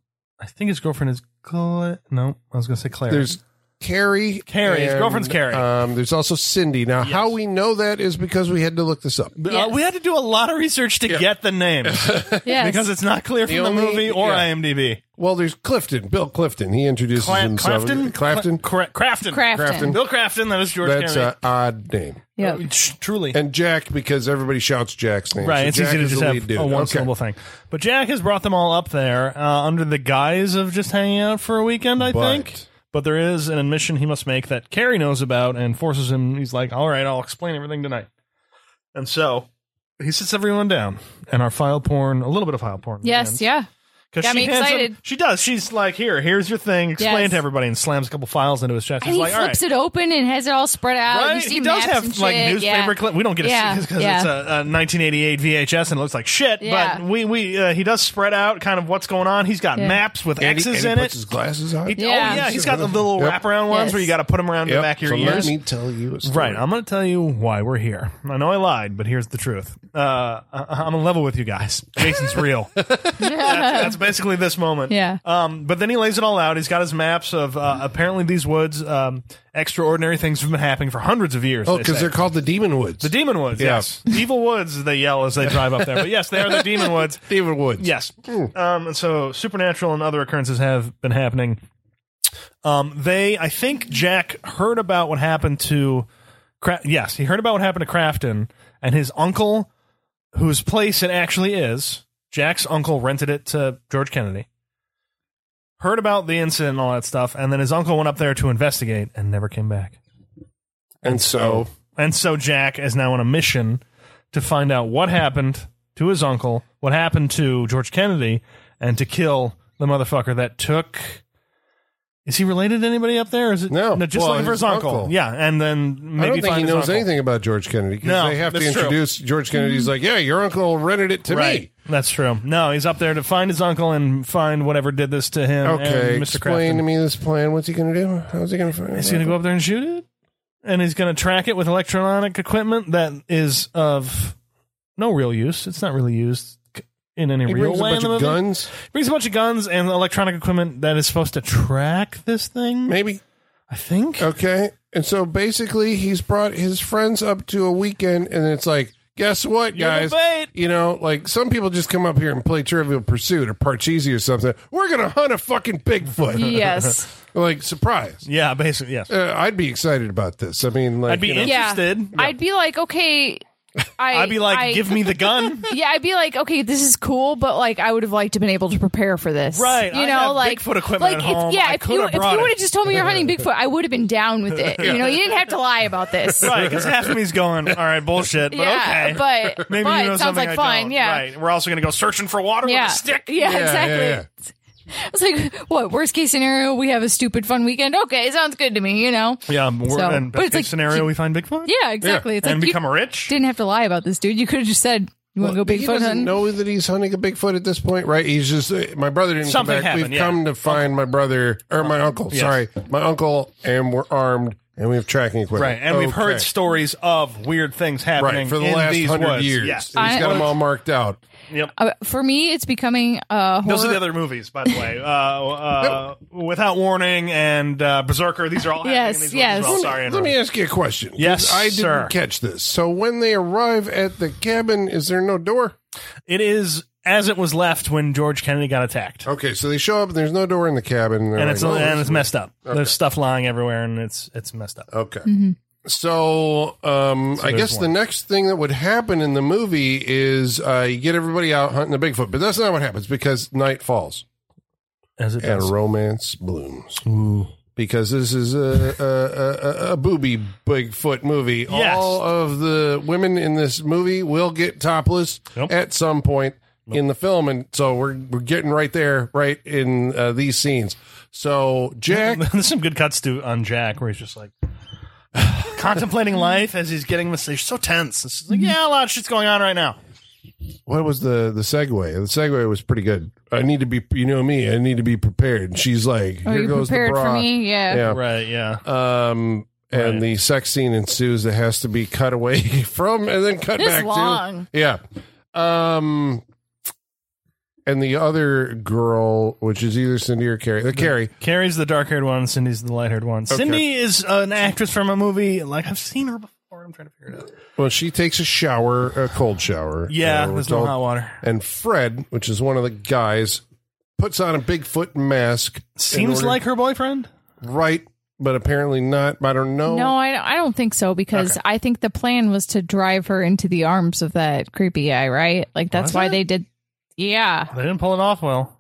I think his girlfriend is Cla- no. I was gonna say Claire.
There's Carrie,
Carrie, his girlfriend's Carrie.
Um, there's also Cindy. Now, how we know that is because we had to look this up.
Uh,
Yes.
we had to do a lot of research to get the (laughs) name
Yes,
because it's not clear from the,
only-
movie or
yeah.
IMDb.
Well, there's Clifton, Bill Clifton. He introduces
Cla-
himself.
Clafton,
Clafton.
Cla- Crafton,
Crafton.
Crafton.
Bill Crafton. That was George.
That's
Kennedy.
an odd name.
yeah.
Uh, tr- Truly.
And Jack because everybody shouts Jack's name.
Right,
So
it's
Jack
easy to
is
just
the
have
lead dude.
a one
Okay.
syllable thing. But Jack has brought them all up there uh, under the guise of just hanging out for a weekend, I
But-
think. But there is an admission he must make that Carrie knows about and forces him. He's like, "All right, I'll explain everything tonight." And so he sits everyone down, and our file porn, a little bit of file porn.
yes,
begins.
yeah.
'Cause
Got
she
me
hands him-
excited.
she does. She's like, "Here, here's your thing. Explain
Yes.
to everybody," and slams a couple files into his chest. He's
And he
like, "All right."
flips it open and has it all spread out. Oh, You
Right?
see
He does
maps
have
and
like
shit.
newspaper
yeah.
clip. We don't get to
Yeah.
see this because
Yeah.
it's a, a 1988 VHS and it looks like shit.
Yeah.
But we we uh, he does spread out kind of what's going on. He's got
Yeah.
maps with
And he,
X's
and he
in
puts
it.
his glasses on.
He-
Yeah.
Oh yeah, he's got the little
Yep.
wraparound ones
Yes.
where you got to put them around the
Yep.
back of your
so let
ears.
me tell you a story.
Right, I'm going to tell you why we're here. I know I lied, but here's the truth. Uh, I- I'm on level with you guys. Jason's
(laughs)
real. that's, that's basically this moment.
Yeah.
Um, but then he lays it all out. He's got his maps of uh, apparently these woods. Um, extraordinary things have been happening for hundreds of years.
Oh,
they
because
say.
they're called the Demon Woods.
The Demon Woods,
Yeah.
yes. Evil Woods, they yell as they drive up there. But yes, they are the Demon Woods.
Demon Woods.
Yes. Um, and so supernatural and other occurrences have been happening. Um, they, I think Jack heard about what happened to. Cra- yes, he heard about what happened to Crafton and his uncle, whose place it actually is. Jack's uncle rented it to George Kennedy. Heard about the incident and all that stuff, and then his uncle went up there to investigate and never came back.
And so
And so Jack is now on a mission to find out what happened to his uncle, what happened to George Kennedy, and to kill the motherfucker that took. Is he related to anybody up there? Is it
No.
just
Well,
looking for
his
his uncle.
uncle.
Yeah, and then
I
maybe
don't think
find
he
his
knows
uncle.
anything about George Kennedy because
No,
they have to
that's true.
introduce George Kennedy's like, yeah, your uncle rented it to me.
Right, that's true. No, he's up there to find his uncle and find whatever did this to him.
Okay,
and Mr.
explain
Crafton.
to me this plan. What's he going to do? How's he going to find
He's
out?
going to go up there and shoot it, and he's going to track it with electronic equipment that is of no real use. It's not really used c- in any
He
real
brings a
way.
bunch
in the
of
movie.
guns,
Brings a bunch of guns and electronic equipment that is supposed to track this thing.
maybe.
I think.
Okay, and so basically, he's brought his friends up to a weekend, and it's like, guess what,
You're the
guys?
bait.
You know, like some people just come up here and play Trivial Pursuit or Parcheesi or something. We're going to hunt a fucking Bigfoot. (laughs)
Yes.
like surprise.
Yeah, basically, yes.
Uh, I'd be excited about this. I mean, like,
I'd be
you know,
yeah.
Interested.
I'd be like, okay.
(laughs)
I,
I'd be like,
I-
give me the
(laughs)
gun.
Yeah, I'd be like, okay, this is cool, but like, I would have liked to been able to prepare for this,
Right,
You
I
know,
have
like
Bigfoot equipment
like
at
if,
home.
yeah,
I
if
could
you
have
if you
brought
would
it.
have just told me
(laughs)
you're hunting Bigfoot, I would have been down with it. You know, you didn't have to lie about
(laughs)
this.
right, because half of me's going, all right, bullshit, but
yeah,
okay. (laughs)
but
Maybe
but
you know
it sounds
something
like
I
fun.
don't.
Yeah,
Right. We're also going to go searching for water
yeah,
with a stick.
yeah,
yeah,
exactly.
yeah,
It's like, what worst case scenario? We have a stupid fun weekend. Okay, sounds good to me. You know.
Yeah, we're,
So-
and
but
best
it's
case
like-
scenario, we find Bigfoot.
Yeah, exactly. It's
and
like
become
you
rich.
didn't have to lie about this, dude. You could have just said you want to go
he
Bigfoot
doesn't
hunting.
know that he's hunting a Bigfoot at this point, right? He's just uh, my brother didn't
Something
come back.
happened,
we've
yeah.
come to find my brother or my uncle.
Yes.
Sorry, my uncle, and we're armed and we have tracking equipment.
Right, and we've
Okay.
heard stories of weird things happening
right for the
in
last
these
hundred
woods. Uh,
years.
Yes.
And he's
I-
got them all marked out.
Yep.
Uh, for me, it's becoming a horror.
Those are the other movies, by the way. (laughs) Uh, uh, Without Warning and uh, Berserker. These are all happening
Yes,
in these
yes.
movies as well. Sorry, I
Let me
interrupted.
ask you a question. 'cause
Yes,
I didn't
sir.
catch this. So when they arrive at the cabin, is there no door?
It is as it was left when George Kennedy got attacked,
Okay, so they show up and there's no door in the cabin, they're
and it's
like, "Oh,
and
this
it's
is-
messed up.
Okay.
There's stuff lying everywhere, and it's it's messed up.
Okay. So, um, I
there's
guess the
one.
next thing that would happen in the movie is uh, you get everybody out hunting the Bigfoot, but that's not what happens because night falls
As it
and
does.
romance blooms. Because this is a, a, a, a, a booby Bigfoot movie.
Yes.
All of the women in this movie will get topless
Yep.
at some point in the film, and so we're we're getting right there, right in uh, these scenes. So
(laughs)
Jack
There's some good cuts to on Jack where he's just like (sighs) contemplating life as he's getting this. He's so tense. It's just like,
Mm-hmm.
yeah, a lot of shit's going on right now.
what was the the segue? The segue was pretty good. I need to be, you know me, I need to be prepared. And she's like,
Are
here
you
goes
Oh, prepared
the bra.
for me? Yeah.
Yeah.
Right? Yeah.
Um, and
Right.
the sex scene ensues that has to be cut away (laughs) from and then cut
This is
back
long.
to. Yeah. Um, and the other girl, which is either Cindy or Carrie, the Carrie.
Carrie's the dark haired one. Cindy's the light haired one. Cindy is an actress from a movie. Like I've seen her before. I'm trying to figure it out.
Well, she takes a shower, a cold shower.
Yeah,
Uh, we're
there's no
told-
hot water.
And Fred, which is one of the guys, puts on a Bigfoot mask. in
Seems
order-
like her boyfriend.
right, but apparently not. I don't know.
No, I, I don't think so because I think the plan was to drive her into the arms of that creepy guy, right? Like that's
Was
why
it?
they did. Yeah,
They didn't pull it off well.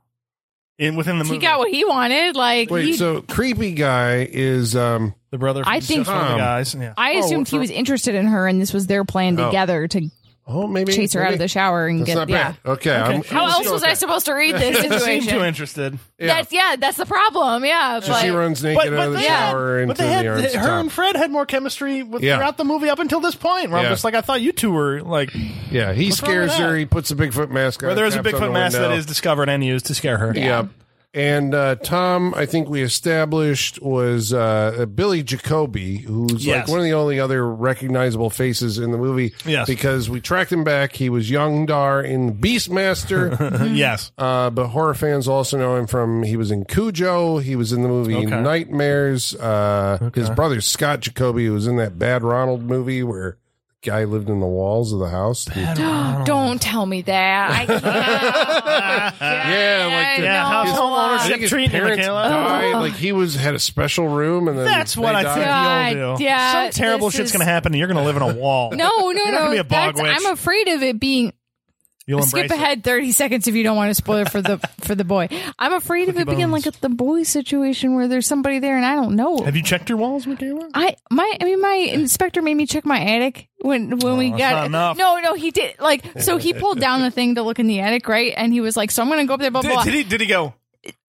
In within the
he
movie,
got what he wanted. Like
Wait,
he,
so creepy guy is um
the brother.
I
from
think-
one of the
Tom.
guys. Yeah.
I assumed he
for-
was interested in her, and this was their plan
uh, Oh.
together to
oh maybe
chase her out of
maybe.
the shower and
That's
get
not
yeah.
bad. Okay, I'm,
How
I'm
else
still
was
okay.
I supposed
(laughs)
to read
(laughs)
this
Seemed too
situation?
interested.
That's yeah, that's the problem. Yeah,
So she
but-
runs naked out of the
they had-
shower into
but they had,
the arms.
they-
of
her
Tom.
and Fred had more chemistry with,
Yeah.
throughout the movie up until this point. Where
Yeah.
I'm just like, I thought you two were like,
yeah, he
wrong with
scares her.
that?
He puts a Bigfoot mask on.
where there is a
taps on
Bigfoot
the
mask that
window.
is discovered and used to scare her.
Yeah. And uh, Tom, I think we established was uh, Billy Jacoby, who's like
Yes.
one of the only other recognizable faces in the movie.
Yes.
Because we tracked him back. He was Young Dar in
(laughs)
Beastmaster.
yes.
Uh, but horror fans also know him from he was in Cujo. He was in the movie
Okay.
Nightmares. Uh, His brother Scott Jacoby was in that Bad Ronald movie where the guy lived in the walls of the house.
(gasps) Don't tell me that.
(laughs)
I can't. yeah,
like the-
Yeah, how's
no.
I
homeownership
think his
treating
parents
Michaela? Oh.
died. Like he was had a special room, and then
That's what
they
I
died.
think you'll
God,
do.
yeah,
Some terrible
this
shit's
is-
going to happen, and you're going to live in a wall.
No, no,
You're not gonna
no.
be a bog
that's-
witch.
I'm afraid of it being
You'll embrace
skip
it.
ahead 30 seconds if you don't want to spoil for
(laughs)
the for the boy. I'm afraid of it being like a, the boy situation where there's somebody there and I don't know.
Have you checked your walls, Michaela?
I my I mean my inspector made me check my attic when when we
that's
got
Oh, not enough.
no no he did like so he
(laughs)
pulled down the thing to look in the attic right and he was like so I'm gonna go up there blah blah
he? Did he go?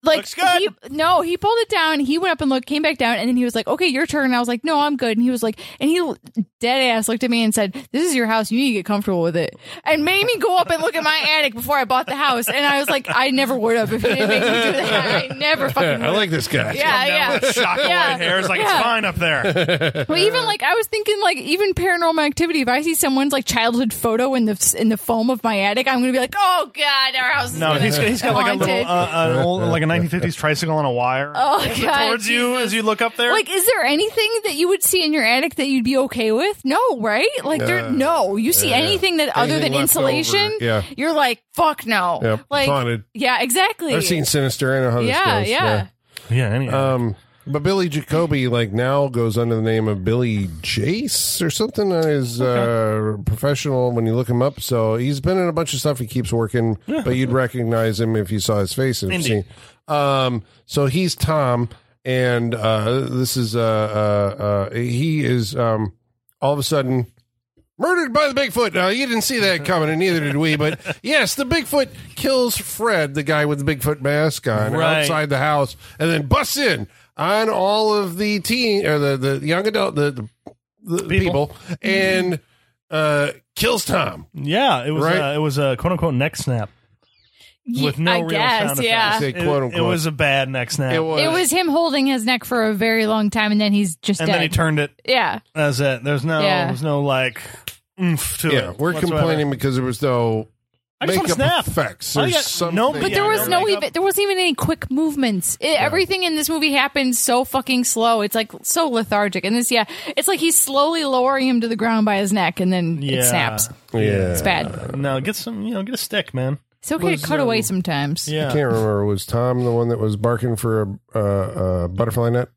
like
Looks good.
he no he pulled it down he went up and looked came back down and then he was like okay your turn and i was like no i'm good and he was like and he dead ass looked at me and said this is your house you need to get comfortable with it and made me go up and look at my attic before i bought the house and i was like i never would have if he didn't make me do that i never fucking would
I like this guy.
yeah Uh, yeah
Shock of
Yeah.
white hairs, like
Yeah.
it's fine up there.
well, even like I was thinking, like even paranormal activity. If I see someone's like childhood photo in the in the foam of my attic, I'm gonna be like, "Oh God, our house
(laughs)
is
No,
gonna
he's,
be
he's got like a
haunted."
little, uh, an old, like a 1950s tricycle on a wire
oh
(laughs)
God,
towards you
Jesus.
as you look up there.
Like, is there anything that you would see in your attic that you'd be okay with? No, right? Like,
Yeah.
there, no. You see
Yeah.
anything that other
Anything
than
left over.
insulation,
Yeah.
you're like, fuck no.
Yep.
Like,
Haunted.
yeah, exactly.
I've seen Sinister. I know how this
Yeah,
goes.
yeah.
yeah, anyhow.
Um, but Billy Jacoby, like now, goes under the name of Billy Jace or something on his uh, professional when you look him up. So he's been in a bunch of stuff. He keeps working, but you'd recognize him if you saw his face. And seen.
Indeed.
Um, so he's Tom, and uh, this is uh, uh, uh, he is um, all of a sudden murdered by the Bigfoot. Now, you didn't see
(laughs)
that coming, and neither did we. But yes, the Bigfoot kills Fred, the guy with the Bigfoot mask on,
Right.
outside the house, and then busts in on all of the teen or the, the young adult the, the, the people.
People.
and uh, kills Tom.
Yeah, it was
Right?
uh, it was a quote unquote neck snap
Ye-
with no
I
real
guess,
sound
yeah.
Say
effects. It-
quote
it,
unquote.
was a bad neck snap.
It was him holding his neck for a very long time, and then he's just
and
dead.
then he turned it.
yeah,
That's it. There's no
Yeah.
there's no like oomph to it.
Yeah, we're
whatsoever.
complaining because there was no
I just want to
makeup
snap.
effects.
I
There's
got-
something-
no, but
But there
Yeah,
was
no
no
makeup.
even there wasn't even any quick movements. It, Everything in this movie happens so fucking slow. It's like so lethargic. And this, yeah, it's like he's slowly lowering him to the ground by his neck, and then
Yeah.
it snaps.
yeah.
It's bad.
No, get some. You know, get a stick, man.
It's okay to cut away sometimes.
I
um, Yeah,
can't remember. Was Tom the one that was barking for a uh, uh, butterfly net?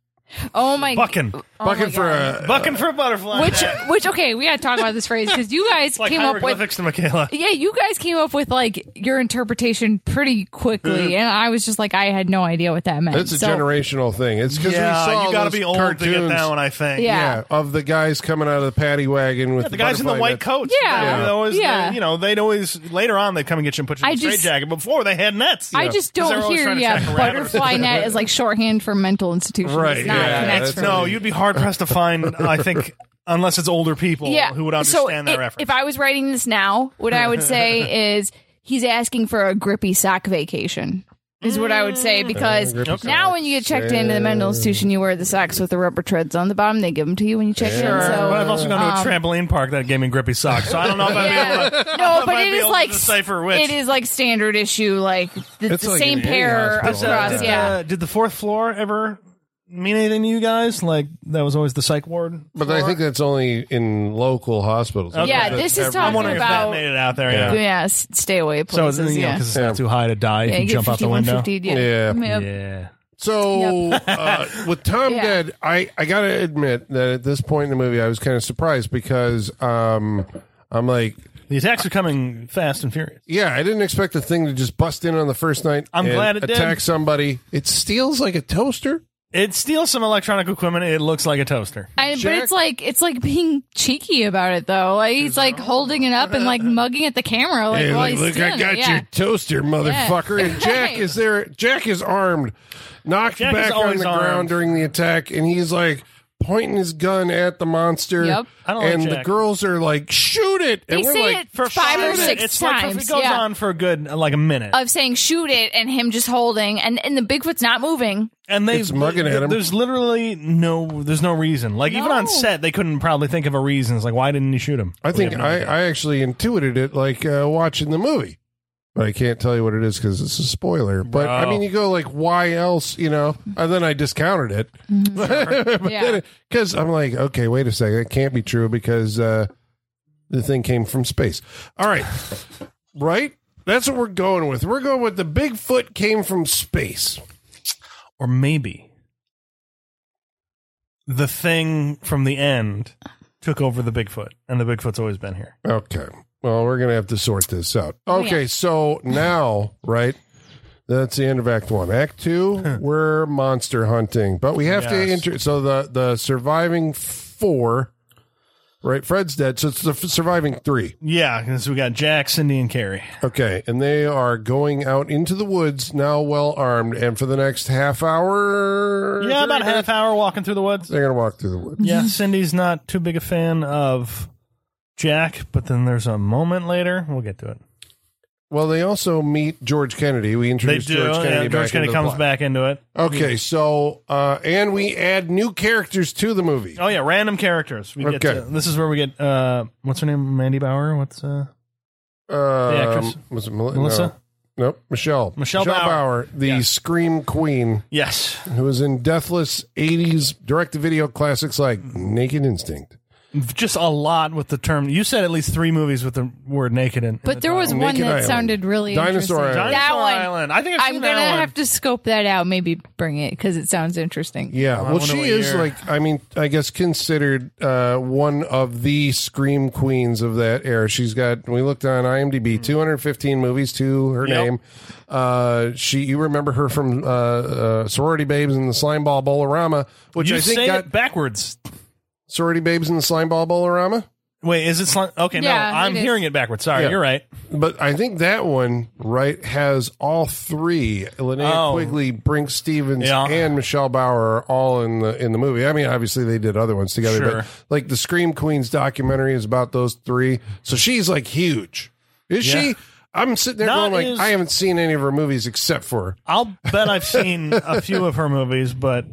Oh my,
bucking,
oh my
Barking for
God.
a.
bucking for a butterfly.
(laughs) which
It's
which okay, we gotta talk about this phrase because you guys
like
came up with
hieroglyphics to Michaela.
yeah, you guys came up with like your interpretation pretty
Mm-hmm.
quickly, and I was just like, I had no idea what that meant.
It's a
So-
generational thing. It's because we
Yeah,
saw
you got to
those
be old
cartoons.
to get that one. I think.
Yeah.
Yeah, of the guys coming out of the paddy wagon with
The guys in the
butterfly
white
net.
coats.
Yeah.
They would always,
Yeah.
They, you know, they'd always, later on, they'd come and get you and put you in
I
a straight
just-
jacket. Before, they had nets.
I just
Because they were
don't
always
hear
trying to track
yeah
a rabbit or
butterfly net is like shorthand for mental institution.
Right,
It's not
yeah,
connects
that's
for
No,
me.
you'd be hard pressed to find, I think, unless it's older people
yeah.
who would understand
so
that
i-
reference.
If I was writing this now, what I
(laughs)
would say is he's asking for a grippy sock vacation. Is what I would say
Mm.
because
grippy Okay.
now when you get checked into the mental institution, you wear the socks with the rubber treads on the bottom. They give them to you when you check
Sure,
in. So, um,
but I've also gone to a trampoline park that gave me grippy socks, so I don't know if I'd be able to.
yeah.
(laughs)
no,
if
but
I'd be
it is
able to
like
decipher which.
it is like standard issue, like the,
It's
the
like
same
in any
pair
hospital.
across.
Does, uh,
yeah,
uh, did the fourth floor ever mean anything to you guys? Like that was always the psych ward.
But I think that's only in local hospitals.
Okay.
yeah.
that's
This
every-
is
I'm
I'm
talking
wondering
about
if that made it out there. Yeah.
yeah, s- stay away
So
places.
it's, you know,
yeah.
'cause it's not too high to die.
Yeah,
if you
you
jump
get
out the
50,
window.
150,
Yeah.
Yep.
Yeah.
So
(laughs)
uh, with Tom
Yeah.
dead, I I gotta admit that at this point in the movie, I was kind of surprised because um I'm like,
The attacks are coming fast and furious.
yeah, I didn't expect the thing to just bust in on the first night.
I'm
and
glad it did.
attack somebody. It steals like a toaster.
It steals some electronic equipment. It looks like a toaster.
I, but
Jack-
it's like it's like being cheeky about it though. Like he's like holding it up
(laughs)
and like mugging at the camera. Like,
Hey,
while
like,
he's
look, I
stealing
got
it. yeah.
your toaster, motherfucker.
Yeah. (laughs)
And Jack
Right.
is there. Jack is armed, knocked
Jack is
back on
always
the
armed.
ground during the attack, and he's like pointing his gun at the monster.
Yep.
I don't like
and the
Jack.
girls are like, shoot it.
They
and we're
say
like,
it five or
minutes.
six
it's like-
times.
it goes
yeah.
on for a good uh, like a minute,
Of saying shoot it and him just holding and and the Bigfoot's
(laughs)
not moving.
and they
It's mugging at him.
There's literally no. There's no reason. Like even on
No.
set, they couldn't probably think of a reason. It's like why didn't you shoot him?
I
We
think
have no
I,
idea.
I actually intuited it like uh, watching the movie, but I can't tell you what it is because it's a spoiler. But I
Wow.
mean, you go like, why else? You know, and then I discounted it because I'm like, okay, wait a second, it can't be true because uh, the thing came from space. All right, right. That's what we're going with. We're going with the Bigfoot came from space.
or maybe the thing from the end took over the Bigfoot, and the Bigfoot's always been here.
Okay. Well, we're gonna have to sort this out. Okay,
yeah.
so now, right? That's the end of Act One. Act Two, we're monster hunting, but we have to
Yes.
enter. So the the surviving four, right? Fred's dead, so it's the f- surviving three.
Yeah, because we got Jack, Cindy, and Carrie.
Okay, and they are going out into the woods now, well armed, and for the next half hour,
Yeah, about a half hour walking through the woods.
They're gonna walk through the woods.
Yeah, (laughs) Cindy's not too big a fan of Jack, but then there's a moment later. We'll get to it.
Well, they also meet George Kennedy. We
They
introduced
do.
George Kennedy.
yeah, George
back
Kennedy
into the
comes
plot.
back into it.
Okay, so uh, and we add new characters to the movie.
Oh yeah, random characters. We get
Okay.
to, this is where we get uh, what's her name? Mandy Bauer. What's uh,
Um,
actress?
was it Mel-
Melissa?
No. Nope, Michelle.
Michelle Bauer.
Bauer, the
Yeah.
scream queen
yes,
who was in deathless '80s direct-to-video classics like Naked Instinct.
just a lot with the term. You said at least three movies with the word naked in. in
But
the
there was
title.
one
Naked
that
Island.
sounded really
Dinosaur
interesting.
Island.
Dinosaur
That one.
Island. I think I've
I'm
seen
gonna
that one.
have to scope that out. Maybe bring it because it sounds interesting.
Yeah, well,
wonder
she
what
is
year.
like I mean, I guess considered uh, one of the scream queens of that era. She's got we looked on IMDb, 215 movies to her
Hmm. Yep.
name. Uh, she you remember her from uh, uh, Sorority Babes and the Slime Ball Bolorama, which
you
I think
say
got
it backwards.
Sorority Babes and the Slime Ball Bolorama.
Wait, is it sli- okay?
Yeah,
no, I'm
it is.
hearing it backwards. Sorry,
Yeah.
you're right.
But I think that one, right, has all three. Linnea
Oh.
Quigley, Brink Stevens,
Yeah.
and Michelle Bauer are all in the in the movie. I mean, obviously they did other ones together,
Sure.
but like the Scream Queens documentary is about those three. So she's like huge. Is
Yeah.
she? I'm sitting there going
Not
like
as-
I haven't seen any of her movies except for
(laughs) I'll bet I've seen a few of her movies, but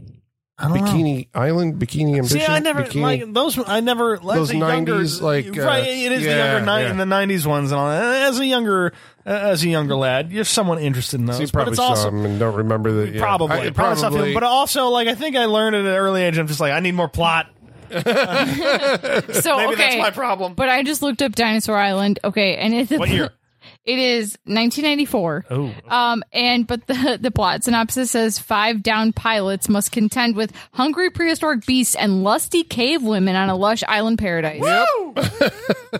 I don't know.
Bikini Island, Bikini Ambition.
See, I never
Bikini-
like those. I never like
Those
the younger-
90s, like, uh,
right. It is the
yeah,
younger night
yeah.
in the nineties ones and all that. As a younger, uh, as a younger lad, you're somewhat interested in those.
So you
but
probably
it's
saw
also
them and don't remember that. yeah.
probably,
I-
probably, saw them, but also like I think I learned at an early age. I'm just like I need more plot.
So
(laughs) Maybe
okay,
that's my problem.
But I just looked up Dinosaur Island. Okay, and it's
What year?
It is 1994.
Oh.
Um, and but the the plot synopsis says five down pilots must contend with hungry prehistoric beasts and lusty cave women on a lush island paradise.
uh,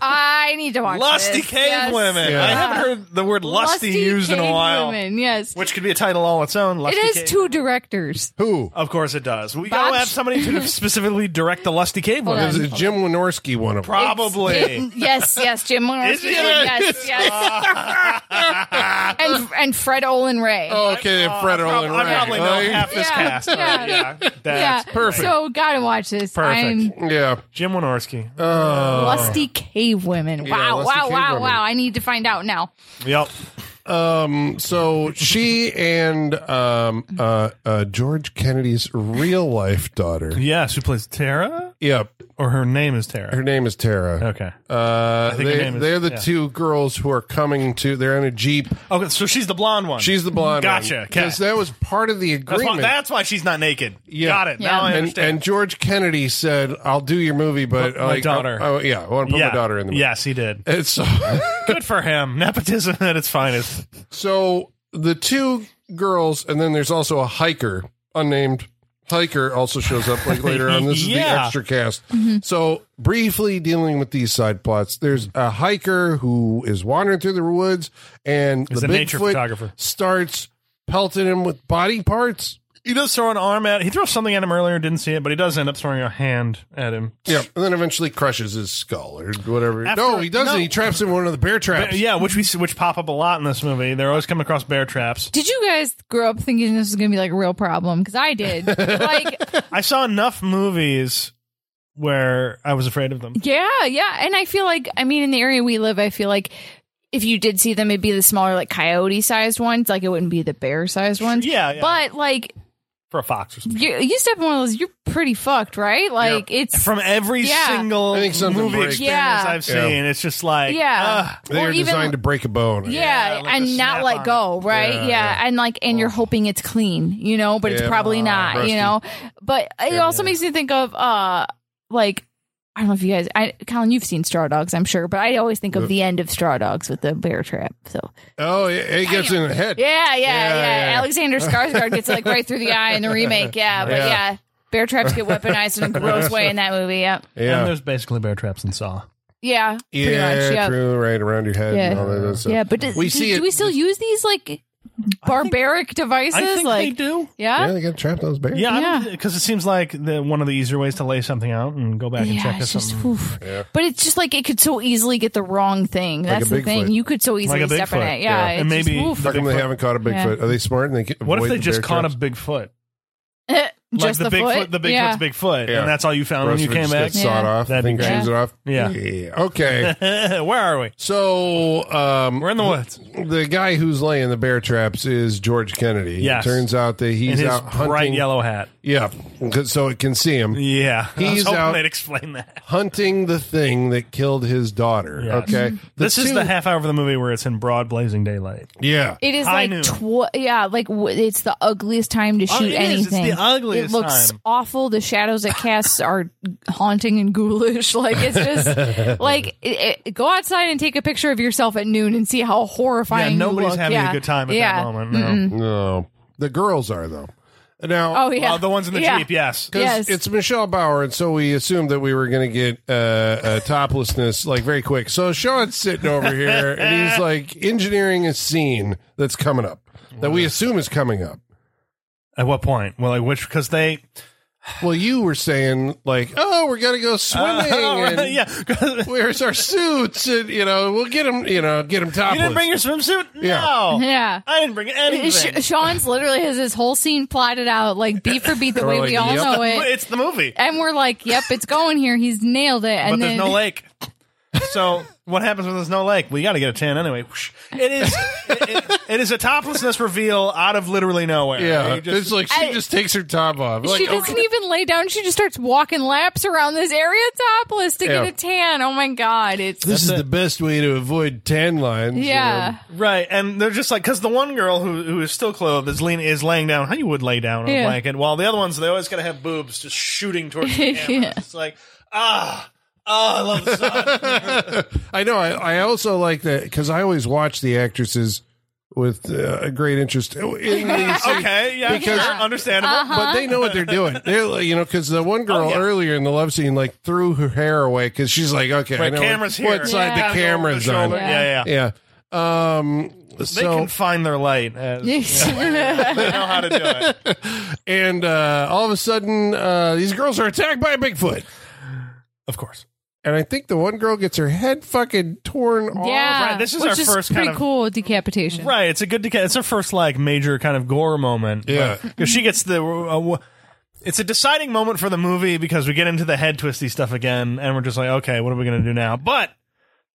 I need to (laughs) watch
Lusty
this.
cave
Yes.
women. I haven't heard the word lusty, used in a
cave
while,
Women. Yes,
which could be a title all its own.
it
Lusty
is
cave.
two directors.
(laughs) who?
Of course, it does. We
Bob
gotta have
Sch-
somebody
(laughs)
to specifically direct the lusty cave
Hold
women.
Is
on.
it Jim Wynorski one of them?
Probably.
It- yes, yes, Jim
Is
Wynorski.
it?
Yes, yes.
(laughs)
and and Fred Olin Ray.
Oh, okay,
Oh,
Fred
I (laughs) prob-
Olin
I
Ray.
probably know
Like,
half this
Yeah,
cast. Yeah,
yeah.
yeah. That's
yeah,
perfect.
So gotta watch this.
Perfect.
I'm
(laughs) Yeah.
Jim Wynorski.
Uh,
Oh.
lusty cave women. Wow,
lusty
wow,
cave
wow,
women.
wow. I need to find out now.
yep.
So she and um, uh, uh, George Kennedy's real life daughter.
Yes, who plays Tara?
Yep.
Or her name is Tara.
Her name is Tara.
okay.
Uh,
think her
they,
name is-
they're the
yeah.
two girls who are coming to. They're in a jeep.
Okay, so she's the blonde one.
She's the blonde.
Gotcha, okay.
Because that was part of the
that's
agreement.
why, that's why she's not naked.
Yeah.
Got it.
Yeah.
Now I
and,
understand.
and George Kennedy said, "I'll do your movie, but
Put my
like,
daughter.
Oh, yeah, I want to put my daughter in the movie."
Yes, he did.
And so, (laughs)
Good for him. (laughs) Nepotism at its finest.
so the two girls, and then there's also a hiker, unnamed hiker, also shows up like later on. This is the
(laughs) Yeah.
extra cast.
Mm-hmm.
So briefly dealing with these side plots, there's a hiker who is wandering through the woods, and
He's
the
a nature
Bigfoot
photographer.
starts pelting him with body parts.
He does throw an arm at. He throws something at him earlier. Didn't see it, but he does end up throwing a hand at him.
Yeah, and then eventually crushes his skull or whatever.
After-
no, he doesn't.
no.
He traps him in one of the bear traps.
But yeah, which we see- which pop up a lot in this movie. They're always coming across bear traps.
Did you guys grow up thinking this was going to be like a real problem? Because
(laughs)
I did. like,
I saw enough movies where I was afraid of them.
yeah, yeah. And I feel like, I mean, in the area we live, I feel like if you did see them, it'd be the smaller, like coyote sized ones. Like, it wouldn't be the bear sized ones.
Yeah, yeah.
But, like,
For a fox or something.
you, you step in one of those, you're pretty fucked, right? Like, it's.
From every
Yeah.
single
I think something
movie
breaks.
experience
Yeah.
I've seen, it's just like
yeah.
They
Or
are
even-
designed to break a bone.
yeah,
Yeah, like a
and
snap
not
on
let go right
Yeah,
yeah,
yeah.
and like and you're hoping it's clean you know but it's
Yeah.
probably
Ah,
not
rusty.
you know but it also makes me think of uh like I don't know if you guys, I, Colin, you've seen Straw Dogs, I'm sure, but I always think of the end of Straw Dogs with the bear trap. So,
Oh, it, it gets in the head.
yeah,
Yeah,
yeah, yeah.
yeah, yeah.
Alexander Skarsgård gets like right through the eye in the remake. Yeah, but
Yeah.
yeah, bear traps get weaponized
(laughs)
in a gross way in that movie. Yeah,
And
Yeah,
there's basically bear traps in Saw.
yeah, pretty
yeah,
much. Yeah,
true. Right around your head. And
Yeah.
all that other stuff.
yeah. But do,
we
do,
see
do
it.
we still use these like barbaric devices?
I think
like,
they do.
yeah,
yeah, they got trapped those bears.
Yeah,
Yeah.
because it seems like the, one of the easier ways to lay something out and go back and check if
it's just, (laughs)
something.
oof. But it's just like it could so easily get the wrong thing.
Like
That's
a
the thing.
Bigfoot.
You could so easily
Like a
step in
Bigfoot,
it.
yeah.
Yeah,
And
it's just,
maybe
oof.
the
How come they
Bigfoot.
haven't caught a Bigfoot? Are they smart and they can
What if
avoid
they
the
just
bear
caught
traps?
a Bigfoot?
just
like the, Bigfoot, the Bigfoot's
yeah.
Bigfoot,
Yeah.
and that's all you found
Gross
when you
if it
came
just
back.
gets sawed
Yeah.
off.
That'd be
thing
great.
chews it off.
Yeah.
Okay.
(laughs) Where are we?
so um,
We're in the woods.
the guy who's laying the bear traps is George Kennedy.
Yes.
It turns out that
In
he's
his
out hunting.
bright yellow hat.
Yeah, 'cause- so it can see him.
Yeah, (laughs) I was
He's
hoping
out-
They'd explain that.
hunting the thing that killed his daughter.
Yes. Mm-hmm.
Okay, The
this is
two-
the half hour of the movie where it's in broad blazing daylight.
yeah.
It is
I
like
knew.
tw- yeah, like w- it's the ugliest time to shoot
Oh, it is. It's the
anything.
ugliest
It looks
time.
awful. The shadows it casts are haunting and ghoulish. (laughs) Like it's just like it, it, go outside and take a picture of yourself at noon and see how horrifying.
yeah,
you
nobody's
look.
having
Yeah.
a good time at
yeah.
that moment. No.
No, the girls are though. Now,
Oh yeah,
Well, the ones in the jeep, yes.
'cause
yes.
it's Michelle Bauer, and so we assumed that we were going to get uh, uh, toplessness like very quick. So Sean's sitting over here, and
(laughs)
he's like engineering a scene that's coming up that we assume is coming up.
At what point? Well, like which? Because they,
Well, you were saying like, "Oh, we're going to go swimming."
(laughs) Oh, right,
and
yeah. 'Cause-
Where's our suits? And you know, we'll get him. You know, get him topless.
You didn't bring your swimsuit?
Yeah.
No,
yeah.
I didn't bring anything.
Sh- Sean's literally has his whole scene plotted out, like beat for beat, the
(laughs) We're
way
like,
we all
yep.
know it.
it's the movie,
And we're like, "Yep, it's going here. He's nailed it." And
but
then
there's no lake. So what happens when there's no lake? We got to get a tan anyway. Whoosh. It is it, it- it is a toplessness reveal out of literally nowhere.
Yeah,
You just-
it's like she
I-
just takes her top off. Like,
she doesn't even lay down. She just starts walking laps around this area topless to
Yeah.
get a tan. Oh my god, it's
this is
it.
the best way to avoid tan lines.
yeah,
right, and they're just like because the one girl who who is still clothed is lean is laying down. How you would lay down on a
Yeah.
blanket? While the other ones they always got to have boobs just shooting towards
(laughs)
the camera.
Yeah.
It's like ah. ah, I love
(laughs)
the sun.
I know. I, I also like that because I always watch the actresses with uh, a great interest in these.
okay, yeah,
Because-
sure, understandable.
uh-huh.
But they know what they're doing. They're, like, you know, because the one girl
yeah.
earlier in the love scene like threw her hair away because she's like, okay, I
Right,
know
camera's
what,
here.
what side
Yeah.
the camera's
Shoulder,
on.
Yeah, yeah.
Yeah. Um.
They
so
can find their light. as-
yeah. (laughs)
they know how to
(laughs)
do it.
and uh, all of a sudden, uh, these girls are attacked by a Bigfoot.
Of course.
And I think the one girl gets her head fucking torn off.
right, this is
Which
our first
pretty
kind of-
cool decapitation.
Right, it's a good deca- it's her first like major kind of gore moment.
Yeah.
Because she gets the uh, wh- it's a deciding moment for the movie because we get into the head twisty stuff again and we're just like, okay, what are we going to do now? But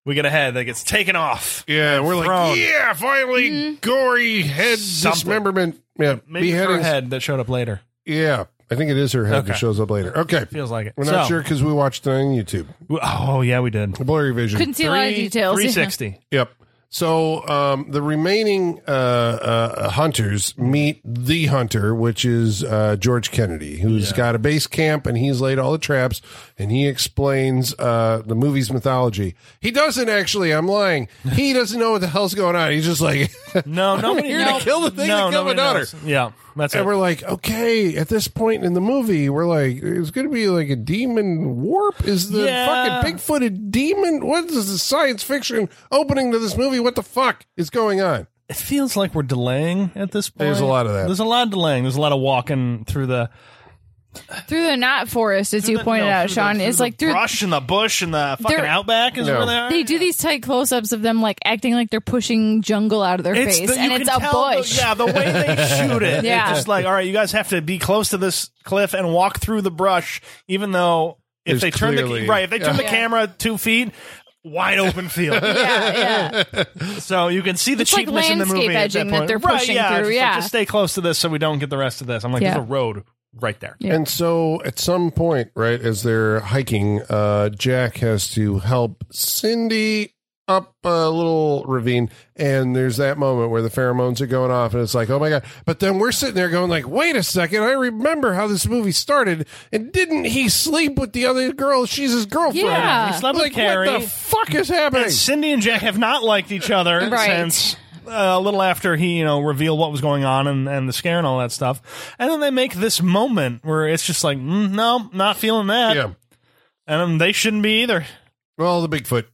we get a head that gets taken off.
Yeah, we're like,
thrown.
yeah, finally, gory head
Something.
dismemberment. Yeah,
Maybe it's her
beheadings.
head that showed up later.
Yeah, I think it is her head that
Okay.
shows up later. Okay,
Feels like it.
we're not
So-
sure because we watched it on YouTube.
W- Oh, yeah, we did.
Blurry vision.
Couldn't see a lot of
Three-
details. yeah.
360.
Yep. So um, the remaining uh, uh, hunters meet the hunter, which is uh, George Kennedy, who's got a base camp and he's laid all the traps and he explains uh, the movie's mythology. He doesn't actually, I'm lying. He doesn't know what the hell's going on. He's just like, (laughs)
No, nobody
You're gonna
knows.
kill the thing
no,
that killed my
nobody
daughter.
knows. Yeah, that's it.
and we're like, okay, at this point in the movie, we're like, it's going to be like a demon warp. Is the
Yeah.
fucking big footed demon? What is the science fiction opening to this movie? What the fuck is going on?
it feels like we're delaying at this point.
There's a lot of that.
There's a lot of delaying. There's a lot of walking through the
through the not forest, as you pointed
No,
out,
through the-
Sean.
through
it's
the
like through
brush and the bush and the fucking
They're-
outback is
No.
where they are.
they do these tight close-ups of them like acting like they're pushing jungle out of their
It's
face,
the- you
and
can
it's a
tell the-
bush.
yeah, the way they
(laughs)
shoot it.
Yeah.
It's just like, all right, you guys have to be close to this cliff and walk through the brush, even though if
There's
they turn
clearly-
the right, if they turn the
Yeah.
camera two feet, wide open
(laughs)
field.
yeah, yeah. (laughs)
so you can see the
It's like
cheapness in the movie
landscape
at
edging
that
that
point.
they're
Right,
pushing
yeah,
through,
just like,
yeah.
just stay close to this so we don't get the rest of this. I'm like,
Yeah.
there's a road right there.
Yeah.
And so at some point, right, as they're hiking, uh, Jack has to help Cindy up a little ravine and there's that moment where the pheromones are going off and it's like oh my god but then we're sitting there going like wait a second i remember how this movie started and didn't he sleep with the other girl she's his girlfriend
Yeah.
He slept with
like what
Carrie.
the fuck is happening
And Cindy and Jack have not liked each other
Right.
since uh, a little after he, you know, revealed what was going on and, and the scare and all that stuff. And then they make this moment where it's just like, mm, no, not feeling that.
yeah
And um, they shouldn't be either.
well the bigfoot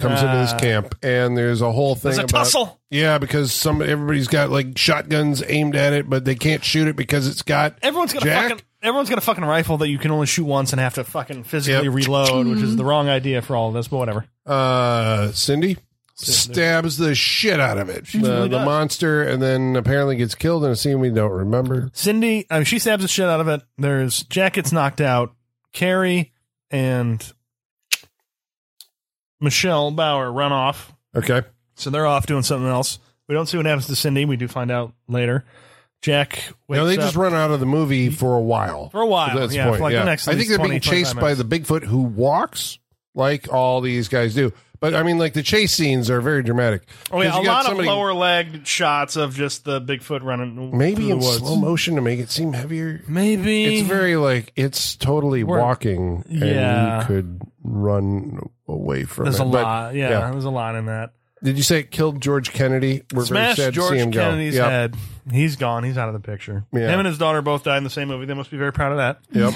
comes into this
Uh,
camp and there's a whole thing
There's a
about
tussle.
yeah because some everybody's got like shotguns aimed at it but they can't shoot it because it's got
Everyone's got
Jack?
a fucking everyone's got a fucking rifle that you can only shoot once and have to fucking physically
Yep.
reload, which is the wrong idea for all of this, but whatever.
uh Cindy stabs the shit out of it. The,
really
the
does.
monster and then apparently gets killed in a scene we don't remember.
Cindy, I mean, she stabs the shit out of it. There's Jack gets knocked out. Carrie and Michelle Bauer run off.
Okay.
So they're off doing something else. We don't see what happens to Cindy. We do find out later. Jack wakes
No, they
up
just run out of the movie for a while.
for a while.
That's the
yeah,
point,
for like
yeah.
the next.
I think they're being chased by the Bigfoot who walks like all these guys do. But I mean, like the chase scenes are very dramatic.
Oh yeah,
'Cause
a
you got
lot
somebody
of lower leg shots of just the Bigfoot running.
Maybe
through
in
the woods.
slow motion to make it seem heavier.
Maybe
It's very like it's totally
We're-
walking, and
Yeah.
you could run away from
There's
it.
a
But,
lot. Yeah, there's a lot in that.
Did you say it killed George Kennedy? We're
Smash
very sad
George
to see him
Kennedy's
go. Yep.
head. He's gone. He's out of the picture.
Yeah.
Him and his daughter both died in the same movie. They must be very proud of that.
Yep.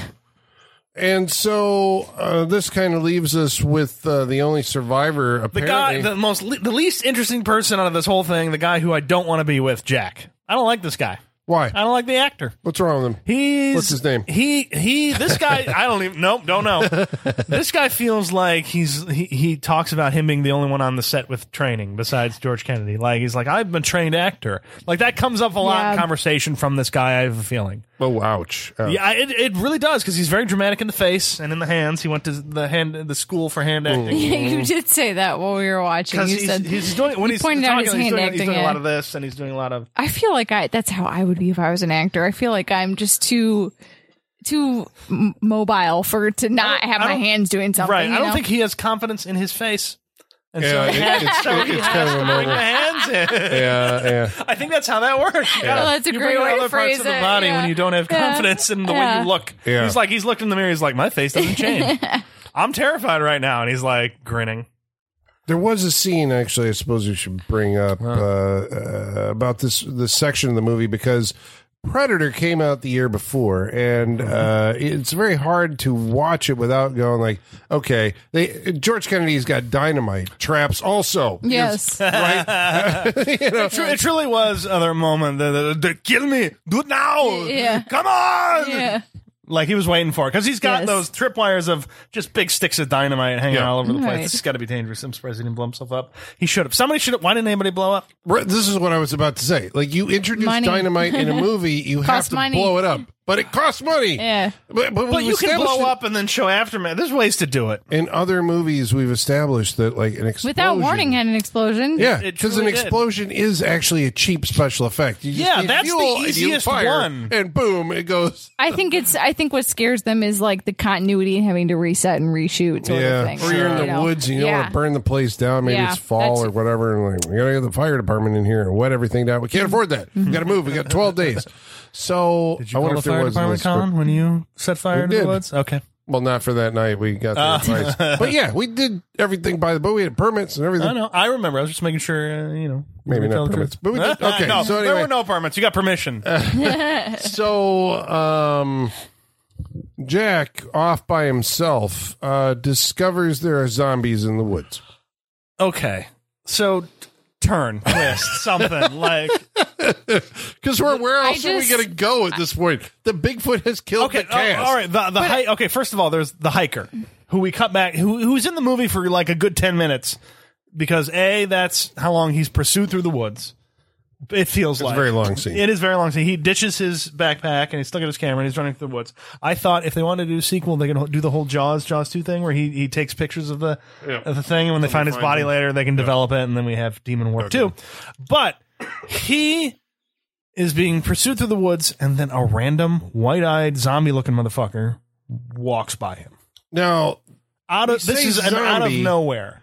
And so uh, this kind of leaves us with uh, the only survivor.
The
Apparently,
guy, the most, le- the least interesting person out of this whole thing, the guy who I don't want to be with, Jack. I don't like this guy. I
why?
don't like the actor.
What's wrong with him?
He's
What's his name?
He he. This guy. I don't even. Nope. Don't know.
(laughs)
this guy feels like he's he, he talks about him being the only one on the set with training besides George Kennedy. Like he's like I've been trained actor. Like that comes up a lot in
Yeah.
conversation from this guy. I have a feeling.
Oh, ouch. Oh.
Yeah, I- it, it really does because he's very dramatic in the face and in the hands. He went to the hand the school for
Mm.
hand acting.
you did say that while we were watching.
Because
You
he's,
said
he's doing it when
you
he's
pointed out
talking,
his
he's
hand
doing,
acting.
he's doing a
yeah.
lot of this and he's doing a lot of
I feel like I that's how I would be if I was an actor. I feel like I'm just too too m- mobile for to not have
I
my
don't-
hands doing something.
right.
you
I don't
know?
think he has confidence in his face. And
Yeah, it-
(laughs)
it's, it- it's kind of a
bring the
moment.
hands in.
Yeah, yeah.
I think that's how that works. You gotta-
Well, Oh, that's a
you
great
bring
way
out
to
other
phrase
parts of the
it,
body
yeah.
when you don't have
Yeah.
confidence in the way
Yeah.
you look.
Yeah.
He's like he's looked in the mirror. He's like, my face
(laughs)
doesn't change. I'm terrified right now, and he's like grinning.
There was a scene, actually. I suppose we should bring up uh, uh, about this this section of the movie because Predator came out the year before, and uh, it's very hard to watch it without going like, okay, they George Kennedy's got dynamite traps, also.
Yes.
It, tru- it truly was other moment. The, the, the, kill me, do it
Oh,
now.
Yeah.
Come on.
yeah.
Like he was waiting for it because he's got
Yes.
those tripwires of just big sticks of dynamite hanging
Yeah.
all over the place.
Right.
This has got to be dangerous. I'm surprised he didn't blow himself up. He should have. Somebody should have. Why didn't anybody blow up?
Right, This is what I was about to say. Like you introduce
Money.
dynamite
(laughs)
in a movie, you have
Costs
to
money.
blow it up, but it costs money.
Yeah.
but, but,
But
we've
you can
established
blow
it-
up and then show aftermath. There's ways to do it.
in other movies. We've established that like an explosion
Without warning had an explosion.
Yeah,
It
because an
truly did.
explosion is actually a cheap special effect. You just
Yeah,
need
that's the
fuel and you
easiest
fire,
one.
and boom, it goes.
I think it's I think what scares them is like the continuity and having to reset and reshoot sort
yeah,
of thing.
or you're in
you
the
know?
woods and you don't
yeah.
want to burn the place down. Maybe
Yeah,
it's fall or
that's-
whatever, and like we gotta get the fire department in here and wet everything down. We can't
Mm-hmm.
afford that. We gotta move. We got twelve days. So I wonder if there was in this group.
when you set fire
We did.
Okay.
Well, not for that night. We got there
Uh.
twice,
(laughs)
but yeah, we did everything by the book. We had permits and
I
everything.
know. I remember. I was just making sure, uh, you know.
Maybe
we
not
tell the
permits,
truth. (laughs)
but we did- okay,
no,
so
there
anyway. Uh,
were no permits. You got permission.
so um jack off by himself uh discovers there are zombies in the woods
okay. So t- turn, (laughs) twist, something like.
because we're where
I
else are we
just-
gonna go at this point the bigfoot has killed
Okay.
the
oh,
cast
all right. The, the hi- okay. First of all, there's the hiker who we cut back, who who's in the movie for like a good ten minutes because a that's how long he's pursued through the woods. It feels
it's
like
a very long scene
It is very long. So he ditches his backpack and he's stuck at his camera and he's running through the woods. I thought if they wanted to do a sequel, they could do the whole Jaws Jaws two thing where he, he takes pictures of the of the thing and when they find his body later, they can develop it and then we have Demon War two. But he is being pursued through the woods and then a random white eyed zombie looking motherfucker walks by him.
now
Out of
We
this
say
is an out of
zombie.
nowhere.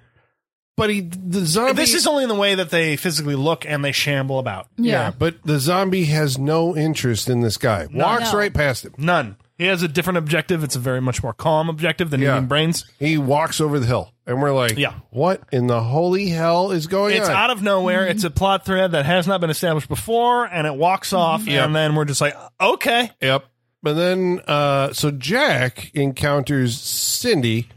but he the zombie
This is only in the way that they physically look and they shamble about.
yeah
Yeah.
but the zombie has no interest in this guy walks
No.
right past him
None. He has a different objective. It's a very much more calm objective than
Yeah.
eating brains.
he walks over the hill and we're like
Yeah.
what in the holy hell is going
It's
on
out of nowhere. It's a plot thread that has not been established before, and it walks off,
Yeah.
and then we're just like, okay.
Yep. But then, uh, so Jack encounters Cindy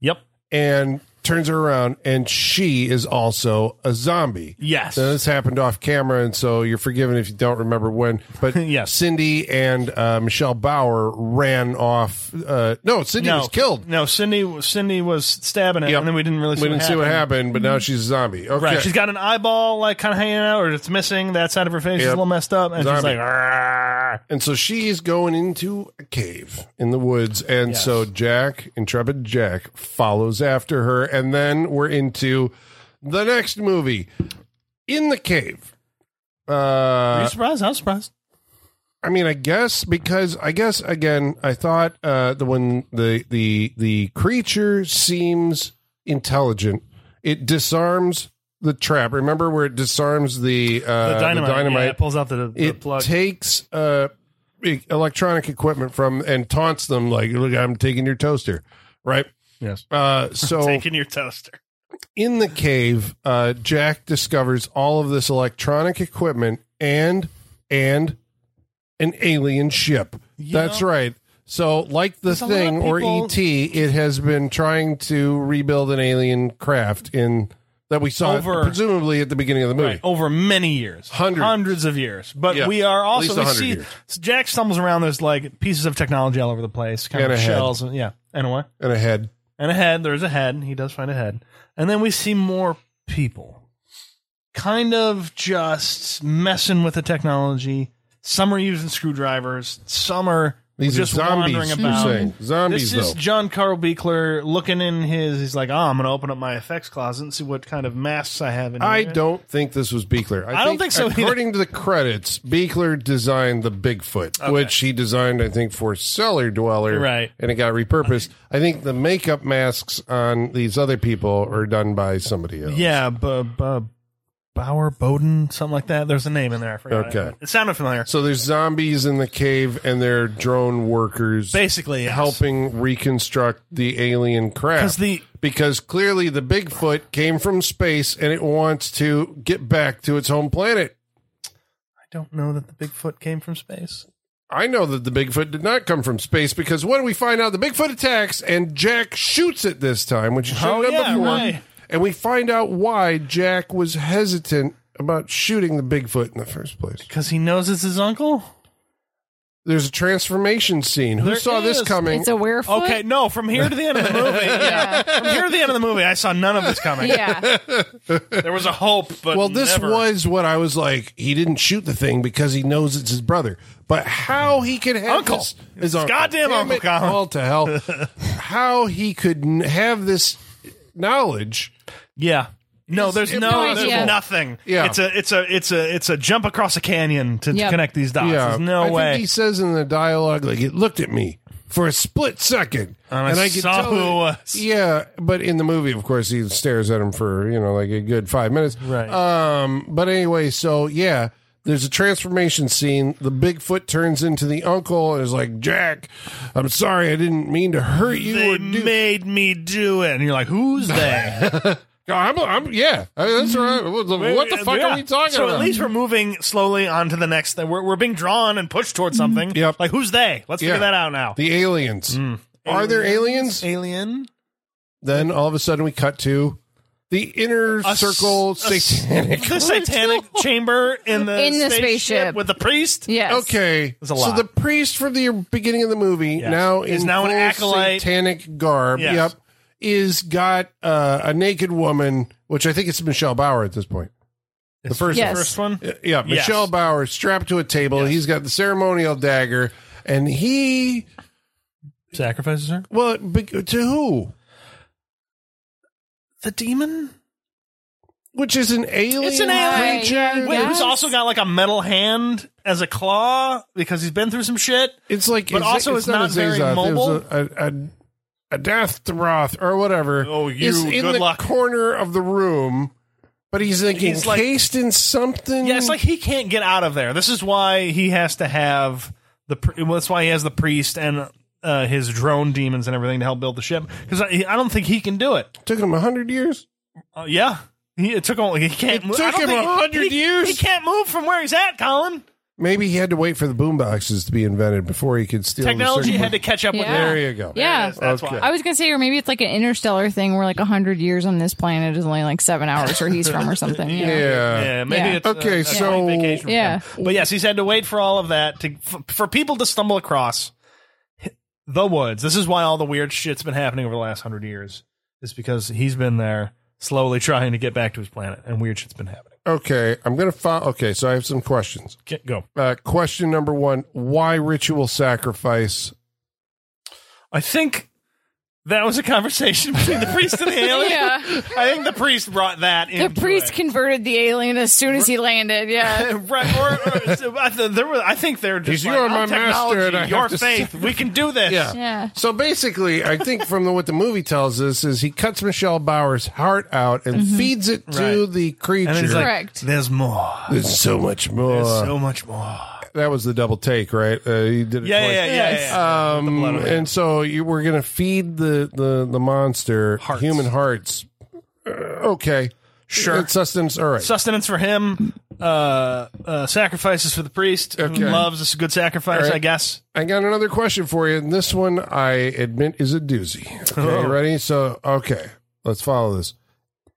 Yep.
and turns her around, and she is also a zombie.
Yes.
So this happened off camera, and so you're forgiven if you don't remember when. But
(laughs) Yes.
Cindy and uh, Michelle Bauer ran off. Uh, no, Cindy was killed.
No, Cindy. Cindy was stabbing it,
Yep.
and then we didn't really. See
We didn't
what
see what
happened. Mm-hmm.
happened, but now she's a zombie. Okay.
Right. She's got an eyeball like kind of hanging out, or it's missing. That side of her face is
Yep.
a little messed up, and she's
Zombie.
like, "Argh."
And so she's going into a cave in the woods. And
Yes.
so Jack, intrepid Jack, follows after her. And then we're into the next movie in the cave.
"Are
Uh,
you surprised? I was surprised."
I mean, I guess because I guess again, I thought uh, the when the the the creature seems intelligent, it disarms the trap. Remember where it disarms the uh,
the dynamite,
The dynamite
Yeah, it pulls out the, the
it
plug.
takes uh, e- electronic equipment from and taunts them like, "Look, I'm taking your toaster," right?
yes.
Uh,
(laughs)
so
Taking your toaster.
in the cave, uh, Jack discovers all of this electronic equipment and and an alien ship. That's
know-
right. So, like the
There's a lot of
thing or
people-
ET, it has been trying to rebuild an alien craft in that we saw
Over-
presumably at the beginning of the movie.
Right. Over many years.
Hundreds.
of years. But
Yeah.
we are
At
also
least
we
100
see
years.
Jack stumbles around there's like pieces of technology all over the place, kind
And
of
a head.
shells and yeah. And a what?
And a head.
And a head. There's a head. He does find a head. And then we see more people. Kind of just messing with the technology, Some are using screwdrivers. Some are
These
just
are
wandering
zombies. You're
about.
saying zombies
This is
though.
John Carl Beekler looking in his. He's like, oh, I'm going to open up my effects closet and see what kind of masks I have in
I
here.
don't think this was Beekler.
I don't think so either.
According to the credits, Beekler designed the Bigfoot, which he designed, I think, for Cellar Dweller.
Right.
And it got repurposed. I think the makeup masks on these other people are done by somebody else.
Yeah, b- b- Bauer Bowden, something like that. There's a name in there. I forgot. it.
Okay.
It sounded familiar.
So there's zombies in the cave, and they're drone workers
Basically, yes.
helping reconstruct the alien craft.
'Cause the-
because clearly the Bigfoot came from space and it wants to get back to its home planet.
I don't know that the Bigfoot came from space.
I know that the Bigfoot did not come from space because when we find out the Bigfoot attacks and Jack shoots it this time, which he should
Oh,
have done
yeah,
before,
right.
and we find out why Jack was hesitant about shooting the Bigfoot in the first place.
Because he knows it's his uncle?
There's a transformation scene. Who
There
saw this
is.
coming?
It's a werefoot.
Okay, no, from here to the end of the
(laughs)
movie. Yeah. From here to the end of the movie, I saw none of this coming.
Yeah.
There was a hope, but
Well, this
never.
was what I was like. He didn't shoot the thing because he knows it's his brother. But how he could have
Uncle.
this, his uncle,
goddamn
Damn
Uncle
it,
Colin.
all to hell.
(laughs)
how he could n- have this knowledge?
Yeah. No,
It's
there's no,
impossible.
there's
Yeah.
nothing.
Yeah.
it's a, it's a, it's a, it's a jump across a canyon to
Yep.
connect these dots.
Yeah,
There's no
I
way.
Think he says in the dialogue, like it looked at me for a split second,
And I
could
saw who it was.
Yeah, but in the movie, of course, he stares at him for you know like a good five minutes.
Right.
Um. But anyway, so yeah. There's a transformation scene. The Bigfoot turns into the uncle and is like, "Jack, I'm sorry, I didn't mean to hurt you."
they
or do-
made me do it, and you're like, "Who's they?"
Oh, I'm, I'm, yeah, I mean, that's right. What the what the fuck
Mm-hmm. Yeah.
are we talking
so
about?
at least we're moving slowly on to the next thing. We're, we're being drawn and pushed towards something.
Mm-hmm. Yep.
Like, who's they? Let's
Yeah.
figure that out now.
the aliens.
Mm.
Are there aliens?
Alien?
Then all of a sudden we cut to the inner
A s-
circle
a s-
satanic. (laughs)
The satanic chamber in the,
In the
spaceship,
spaceship.
with the priest?
Yes.
Okay,
a
so
lot.
the priest from the beginning of the movie now
Is
in
now an
full
acolyte.
satanic garb.
Yes.
Yep, is got uh, a naked woman, which I think it's Michelle Bauer at this point. The first,
Yes.
First one?
Uh, yeah,
Yes.
Michelle Bauer strapped to a table. He's got the ceremonial dagger, and he
Sacrifices her?
well be- to who?
The demon?
Which is an alien.
an alien.
creature.
Wait,
Yes.
who's also got like a metal hand as a claw because he's been through some shit?
It's like,
But also it's not
a
very
Zazoth,
mobile.
It was a, a, a, a death Roth or whatever.
Oh, you-
is in
good
the
luck.
corner of the room, but he's like
He's like-
encased in something.
Yeah, it's like he can't get out of there. This is why he has to have the. pr- Well, that's why he has the priest and uh, his drone demons and everything to help build the ship. Because I, I don't think he can do it.
took him a hundred years.
Uh, yeah, he, it took him. He can't.
It
move. I
took
don't
him
think-
100
he-
years?
He can't move from where he's at, Colin.
Maybe he had to wait for the boom boxes to be invented before he could steal.
Technology
the
had to catch up with
Yeah.
There
him.
you go.
Yeah.
Yes, that's
Okay.
why.
I was gonna say, or maybe it's like an interstellar thing where like a hundred years on this planet is only like seven hours where he's from or something. you know?
Yeah.
Yeah, maybe
Yeah.
it's uh,
Okay,
a
so-
long vacation for
Yeah.
him. but yes, he's had to wait for all of that to for, for people to stumble across the woods. This is why all the weird shit's been happening over the last hundred years. Is because he's been there slowly (laughs) trying to get back to his planet, and weird shit's been happening.
Okay. I'm gonna follow. Okay, so I have some questions.
Okay, go.
Uh, question number one: Why ritual sacrifice?
I think that was a conversation (laughs) between the priest
(laughs)
and the alien.
Yeah.
I think the priest brought that.
The
into
priest
it.
converted the alien as soon as he landed. Yeah.
(laughs) Right, or, or so I, th- there was, I think they're just
He's,
like,
"You are
"Oh,
my master,
technology,
and I
your
have to (laughs)
faith. we can do this.
Yeah.
Yeah.
So basically, I think from the, what the movie tells us is he cuts Michelle Bauer's heart out and feeds it to
Right.
the creature.
And he's like,
Correct.
There's more.
There's so much more.
so much more.
that was the double take, right? Uh, he did it
Yeah, yeah,
twice.
yeah, yeah.
Yes.
yeah. With the
Um,
blood on it.
and so you were going to feed the, the, the monster
Hearts.
human hearts. Uh, okay.
Sure.
It's sustenance. All right.
Sustenance for him, uh, uh, sacrifices for the priest. who
Okay.
Loves this good sacrifice,
All right.
I guess.
I got another question for you. And this one, I admit, is a doozy. Okay,
Oh.
ready? So, okay, let's follow this.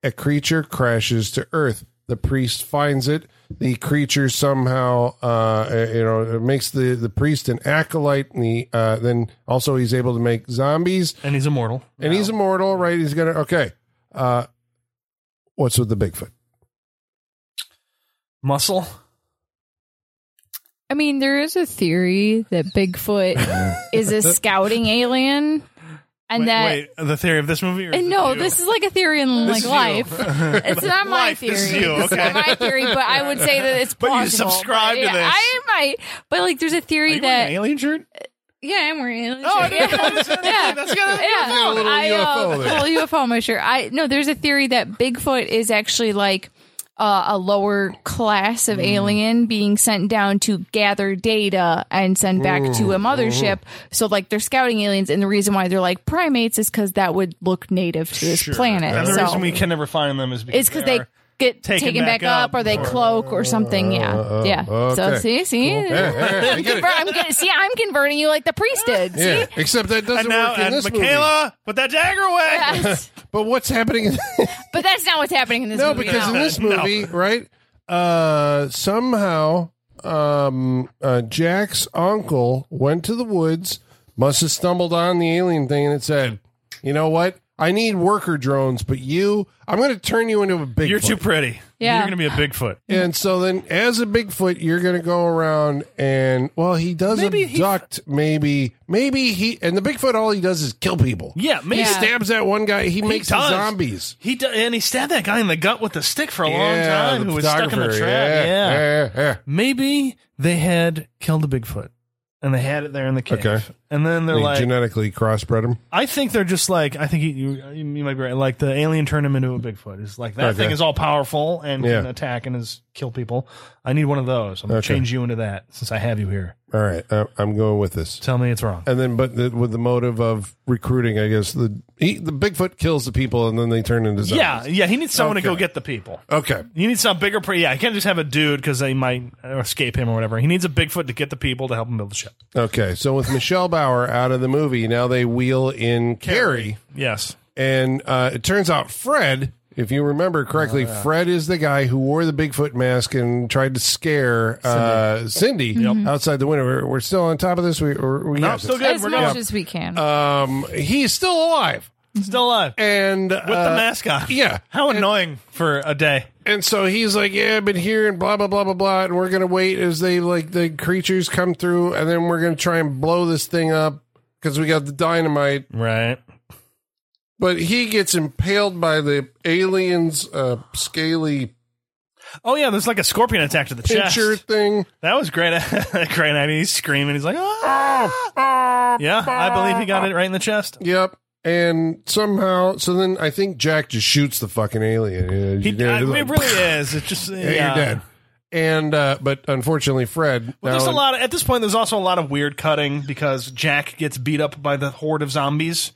A creature crashes to Earth. The priest finds it. The creature somehow, uh, you know, it makes the, the priest an acolyte. And the, uh, then also he's able to make zombies.
And he's immortal.
And he's immortal, right? He's going to, okay. Uh, what's with the Bigfoot?
Muscle.
(laughs) I mean, there is a theory that
(laughs)
Bigfoot is a scouting alien, and
Wait,
that
wait, the theory of this movie? Or is
and
it
no,
you?
this is like a theory in
This
like life.
(laughs) is you.
It's not my
Life,
theory.
this is you,
It's
okay.
not my theory, but I would say that
(laughs)
it's
But you
possible.
subscribe to
yeah,
this.
I might, but like, there's a
Are
theory
you wearing
that
an alien shirt?
yeah, I'm wearing. it.
Oh, I
yeah.
didn't notice anything.
Yeah.
That's good.
yeah,
a little
I,
UFO there.
uh, little UFO on my shirt. I no, there's a theory that Bigfoot is actually like uh, a lower class
Mm.
of alien being sent down to gather data and send back to
Mm.
a mothership.
Mm-hmm.
So like they're scouting aliens, and the reason why they're like primates is because that would look native to this planet.
And the
So
reason we can never find them is because
it's because they.
are-
Get
taken
taken,
back
back, up,
up
or they cloak, or
Uh,
something. Yeah, yeah. So
okay.
see, see,
Yeah, yeah, I
I'm,
get it.
conver- I'm get- see, I'm converting you like the priest did. See,
Yeah, except that doesn't
And now,
work in
and
this
Michaela, put that dagger away.
Yes.
movie. But what's happening? In-
But that's not what's happening in this
no,
movie.
because
no.
in this movie, right? Uh, somehow, um, uh, Jack's uncle went to the woods, must have stumbled on the alien thing, and it said, "You know what? I need worker drones, but you, I'm going to turn you into a big.
You're too pretty.
Yeah.
You're going to be a Bigfoot.
And so then, as a Bigfoot, you're going to go around and well, he does
Maybe he-
abduct, maybe, maybe he, and the Bigfoot, all he does is kill people.
Yeah, maybe.
Yeah.
Stabs that one guy. He, makes
does.
zombies.
He do- and he stabbed that guy in the gut with a stick for a long time
the
who was stuck in the
photographer. Yeah,
trap.
yeah, yeah.
Maybe they had killed a Bigfoot and they had it there in the cave.
Okay.
And then they're
They
like,
genetically crossbred him.
I think they're just like, I think he, you, you might be right. Like the alien turned him into a Bigfoot. It's like that
Okay.
thing is all powerful and can
Yeah.
attack and is kill people. I need one of those. I'm gonna
Okay.
change you into that since I have you here.
All right, I, I'm going with this.
Tell me it's wrong.
And then, but the, with the motive of recruiting, I guess the he, the Bigfoot kills the people, and then they turn into zombies.
yeah, yeah. He needs someone to go
Okay.
get the people.
Okay.
You need some bigger. Pre- yeah, I can't just have a dude because they might escape him or whatever. He needs a Bigfoot to get the people to help him build the ship.
Okay. So with Michelle Bauer out of the movie, now they wheel in Carrie,
Yes.
and uh, it turns out Fred, if you remember correctly, Fred is the guy who wore the Bigfoot mask and tried to scare uh, Cindy outside the window. We're, we're still on top of this. We, we're, we
No,
got
still
this.
good.
as
We're
much
good. Uh,
as we can.
Um, he's still alive,
Still alive.
and
With the mask on.
Uh, yeah.
How annoying for a day.
and so he's like, "Yeah, I've been here, and blah blah blah blah blah, and we're gonna wait as they like the creatures come through, and then we're gonna try and blow this thing up because we got the dynamite."
Right.
But he gets impaled by the aliens' uh, scaly
Oh yeah, there's like a scorpion attack to the
pincher
chest.
thing.
That was great. (laughs) great idea. He's screaming. He's like, ah. yeah, I believe he got it right in the chest.
Yep. And somehow, so then I think Jack just shoots the fucking alien. Yeah,
He,
you know,
I-
he's
it
like,
really is. It's just yeah.
"Yeah, (laughs) you're dead. And uh, but unfortunately, Fred.
But there's
now-
a lot of, at this point. There's also a lot of weird cutting because Jack gets beat up by the horde of zombies,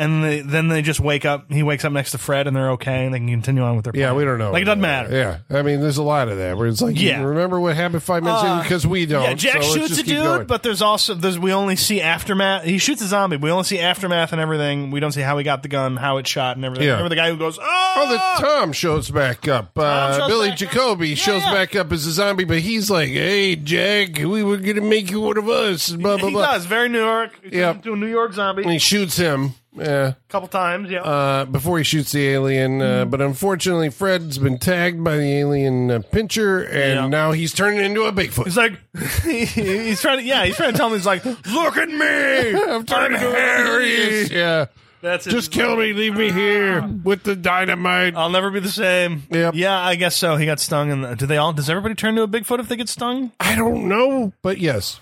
and they, then they just wake up. He wakes up next to Fred, and they're okay, and they can continue on with their.
Yeah,
plan.
we don't know.
Like it doesn't matter.
Yeah, I mean, there's a lot of that where it's like,
Yeah. Uh,
yeah, remember what happened five minutes ago? Because we don't.
Yeah, Jack
so let's
shoots
just
a
keep
dude,
going.
but there's also there's we only see aftermath. He shoots a zombie. We only see aftermath and everything. We don't see how he got the gun, how it shot, and everything.
Yeah.
Remember the guy who goes, "Oh,
Oh, the Tom shows back up. Uh,
shows
Billy
back up.
Jacoby
Yeah,
shows
yeah.
back up as a zombie, but he's like, "Hey, Jack, we were gonna make you one of us." and Blah blah
he
blah.
does very New York. He turns
Yeah.
into a New York zombie
And
a
he shoots him. Yeah.
couple times. Yeah,
Uh, before he shoots the alien, uh,
Mm-hmm.
but unfortunately, Fred's been tagged by the alien uh, pincher, and
Yeah.
now he's turning into a Bigfoot.
he's like, (laughs) he's trying to yeah, he's trying to tell him he's like, look at me,
(laughs) I'm turning into Harry. Yeah,
That's it.
just
He's
kill
like,
me, leave me here
Ah.
with the dynamite.
I'll never be the same.
Yep.
Yeah, I guess so. He got stung, and do they all? Does everybody turn to a Bigfoot if they get stung?
I don't know, but yes.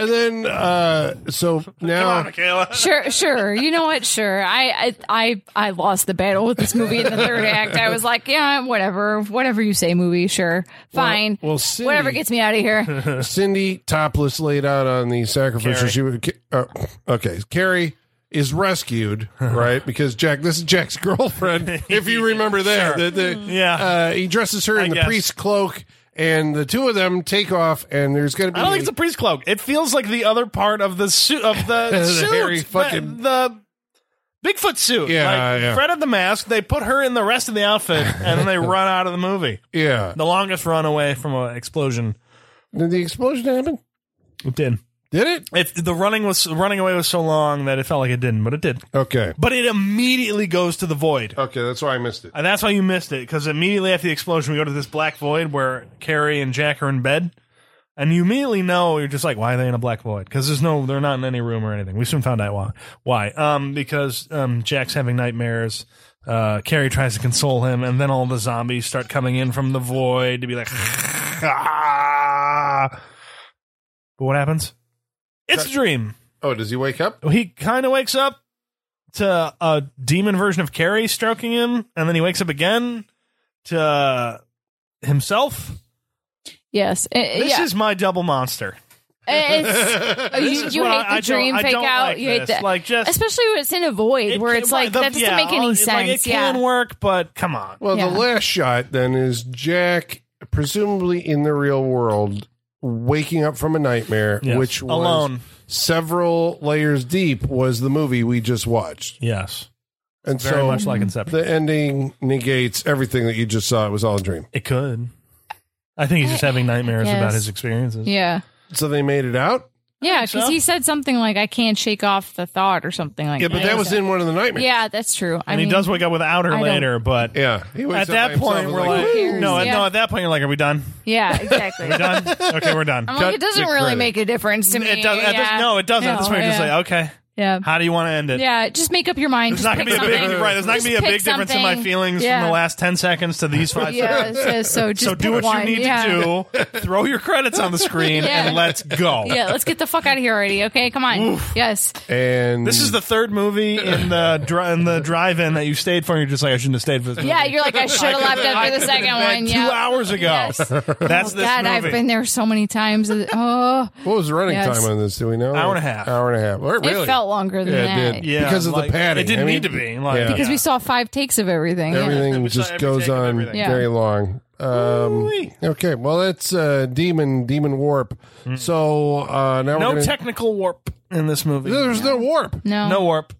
And then, uh, so now,
Michaela.
sure, sure. You know what? Sure. I, I, I, I lost the battle with this movie in
(laughs)
the third act. I was like, yeah, whatever, whatever you say, movie. Sure, fine.
well, Cindy-
whatever gets me out
(laughs)
of here.
Cindy, topless, laid out on the sacrificial.
Carrie.
She would, uh, okay. Carrie is
(laughs)
rescued, right? Because Jack, this is Jack's (laughs) girlfriend, if you remember that.
Sure. Mm.
The- the-
Yeah.
Uh, he dresses her in the
guess.
priest's cloak, and the two of them take off, and there's going to be.
I don't think it's a priest cloak. It feels like the other part of the suit of the,
(laughs) The
suit,
hairy
the-
fucking-
the, Bigfoot suit.
Yeah,
like,
yeah.
Fred had the mask. They put her in the rest of the outfit, and
(laughs)
then they run out of the movie.
yeah.
The longest run away from an explosion.
Did the explosion happen?
It did.
Did it?
It, the running was running away was so long that it felt like it didn't, but it did.
Okay.
But it immediately goes to the void.
Okay, that's why I missed it.
And that's why you missed it, because immediately after the explosion, we go to this black void where Carrie and Jack are in bed. and you immediately know you're just like, why are they in a black void? Because there's no, they're not in any room or anything. We soon found out why. Why? Um, because um, Jack's having nightmares. Uh, Carrie tries to console him, and then all the zombies start coming in from the void to be like, (laughs) ah. But what happens? It's a dream.
Oh, does he wake up?
He kind of wakes up to a demon version of Carrie stroking him, and then he wakes up again to himself.
Yes. Uh,
This
yeah.
is my double monster. (laughs)
It's- oh, you
This is
you
what
hate the
I- I don't-
dream
I
fake
don't
out.
like
you hate
this.
that.
Like just
Especially when it's in a void
it
where
can-
it's like,
the-
that doesn't
yeah,
make any
all-
sense.
Like it
yeah.
can work, but come on.
Well,
Yeah.
the last shot then is Jack, presumably in the real world, waking up from a nightmare,
Yes.
which was
Alone.
several layers deep, was the movie we just watched.
Yes,
And
very
so
much like Inception.
the ending negates everything that you just saw. It was all a dream.
it could. I think he's just having nightmares
Yes.
about his experiences.
Yeah.
So they made it out.
Yeah, because
so.
he said something like, I can't shake off the thought or something like
Yeah,
that.
but that was in one of the nightmares.
(laughs) Yeah, that's true. I
And
mean,
he does wake up without her
I don't-
later, but
Yeah. He wakes
at
up by
that
himself
point
and
we're
like,
like,
"Who cares?"
no, at-
Yeah.
no. At that point you're like, are we done? (laughs)
Yeah, exactly. I'm
Done? okay, we're done.
like, it doesn't
to
really
credit.
make a difference to me.
It doesn't. At this,
Yeah.
no, it doesn't. at this
No,
point, you're just
yeah.
like, okay, (laughs)
Yeah.
how do you want to end it?
Yeah, just make up your mind.
There's
Just
not gonna be
pick
a big
something.
right. There's not gonna
Just
be a
pick
big difference in
something.
my feelings
Yeah.
from the last ten seconds to these five
Yeah,
seconds.
so, so just
(laughs) So do what
pick one.
you need
yeah.
to do. Throw your credits
(laughs)
on the screen
Yeah.
and let's go.
Yeah, let's get the fuck out of here already. Okay, come on. Yes.
and
This is the third movie in the dri- in the drive-in that you stayed for. And you're just like, I shouldn't have stayed for this. Movie.
Yeah,
(laughs)
you're like I should have left
I
after
could've
the
been
second
back
one.
Two
yeah.
hours ago.
Yes.
That's this
God,
movie.
I've been there so many times.
(laughs)
Oh,
what was the running
Yes.
time on this? Do we know?
Hour and a half.
Hour and a half. Really?
it felt longer than
Yeah, it
that
did.
yeah,
because of the
like,
padding.
It didn't
I mean-
need to be. Like,
Yeah.
because
yeah.
we saw five takes of everything. yeah.
everything
We saw
just
every
goes
take of
on
everything.
Yeah.
very long. Um,
Ooh-wee.
okay, well that's uh, demon demon warp. So uh, now
no
we're gonna,
technical warp in this movie.
There's no warp.
No.
no warp.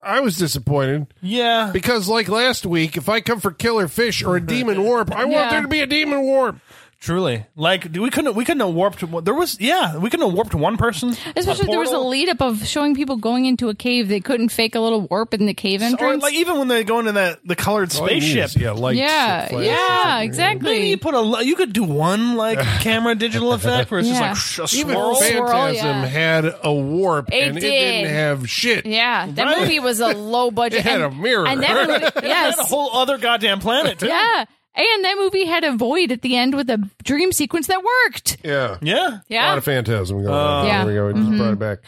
I was disappointed
Yeah,
because, like last week, if I come for killer fish or a demon warp, I want
Yeah.
there to be a demon warp.
truly. Like we couldn't we couldn't have warped. one- There was yeah we couldn't have warped one person.
Especially there was a
portal.
lead up of showing people going into a cave. They couldn't fake a little warp in the cave
Or
entrance.
like even when they go into that the colored
All you need
spaceship.
is, yeah, lights
yeah,
that flash or
yeah,
something.
exactly.
Maybe you put a li- you could do one (sighs) like camera digital effect where it's
Yeah.
just like sh- a
Even
swirl.
fan-
Phantasm
Swirl, yeah.
had a warp,
It
and it
did.
didn't have shit.
Yeah, that
Right.
movie was a
(laughs)
low budget.
It had
and-
a mirror.
And that movie,
They had a
yes,
whole other goddamn planet. Too.
yeah, and that movie had a void at the end with a dream sequence that worked.
Yeah,
Yeah.
a lot
Yeah,
of phantasm going on.
Yeah.
There we go. We just brought it back.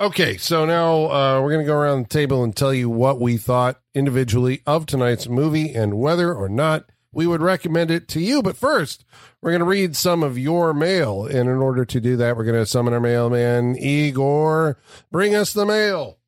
Okay, so now uh, we're going to go around the table and tell you what we thought individually of tonight's movie and whether or not we would recommend it to you. But first, we're going to read some of your mail. And in order to do that, we're going to summon our mailman, Igor. Bring us the mail.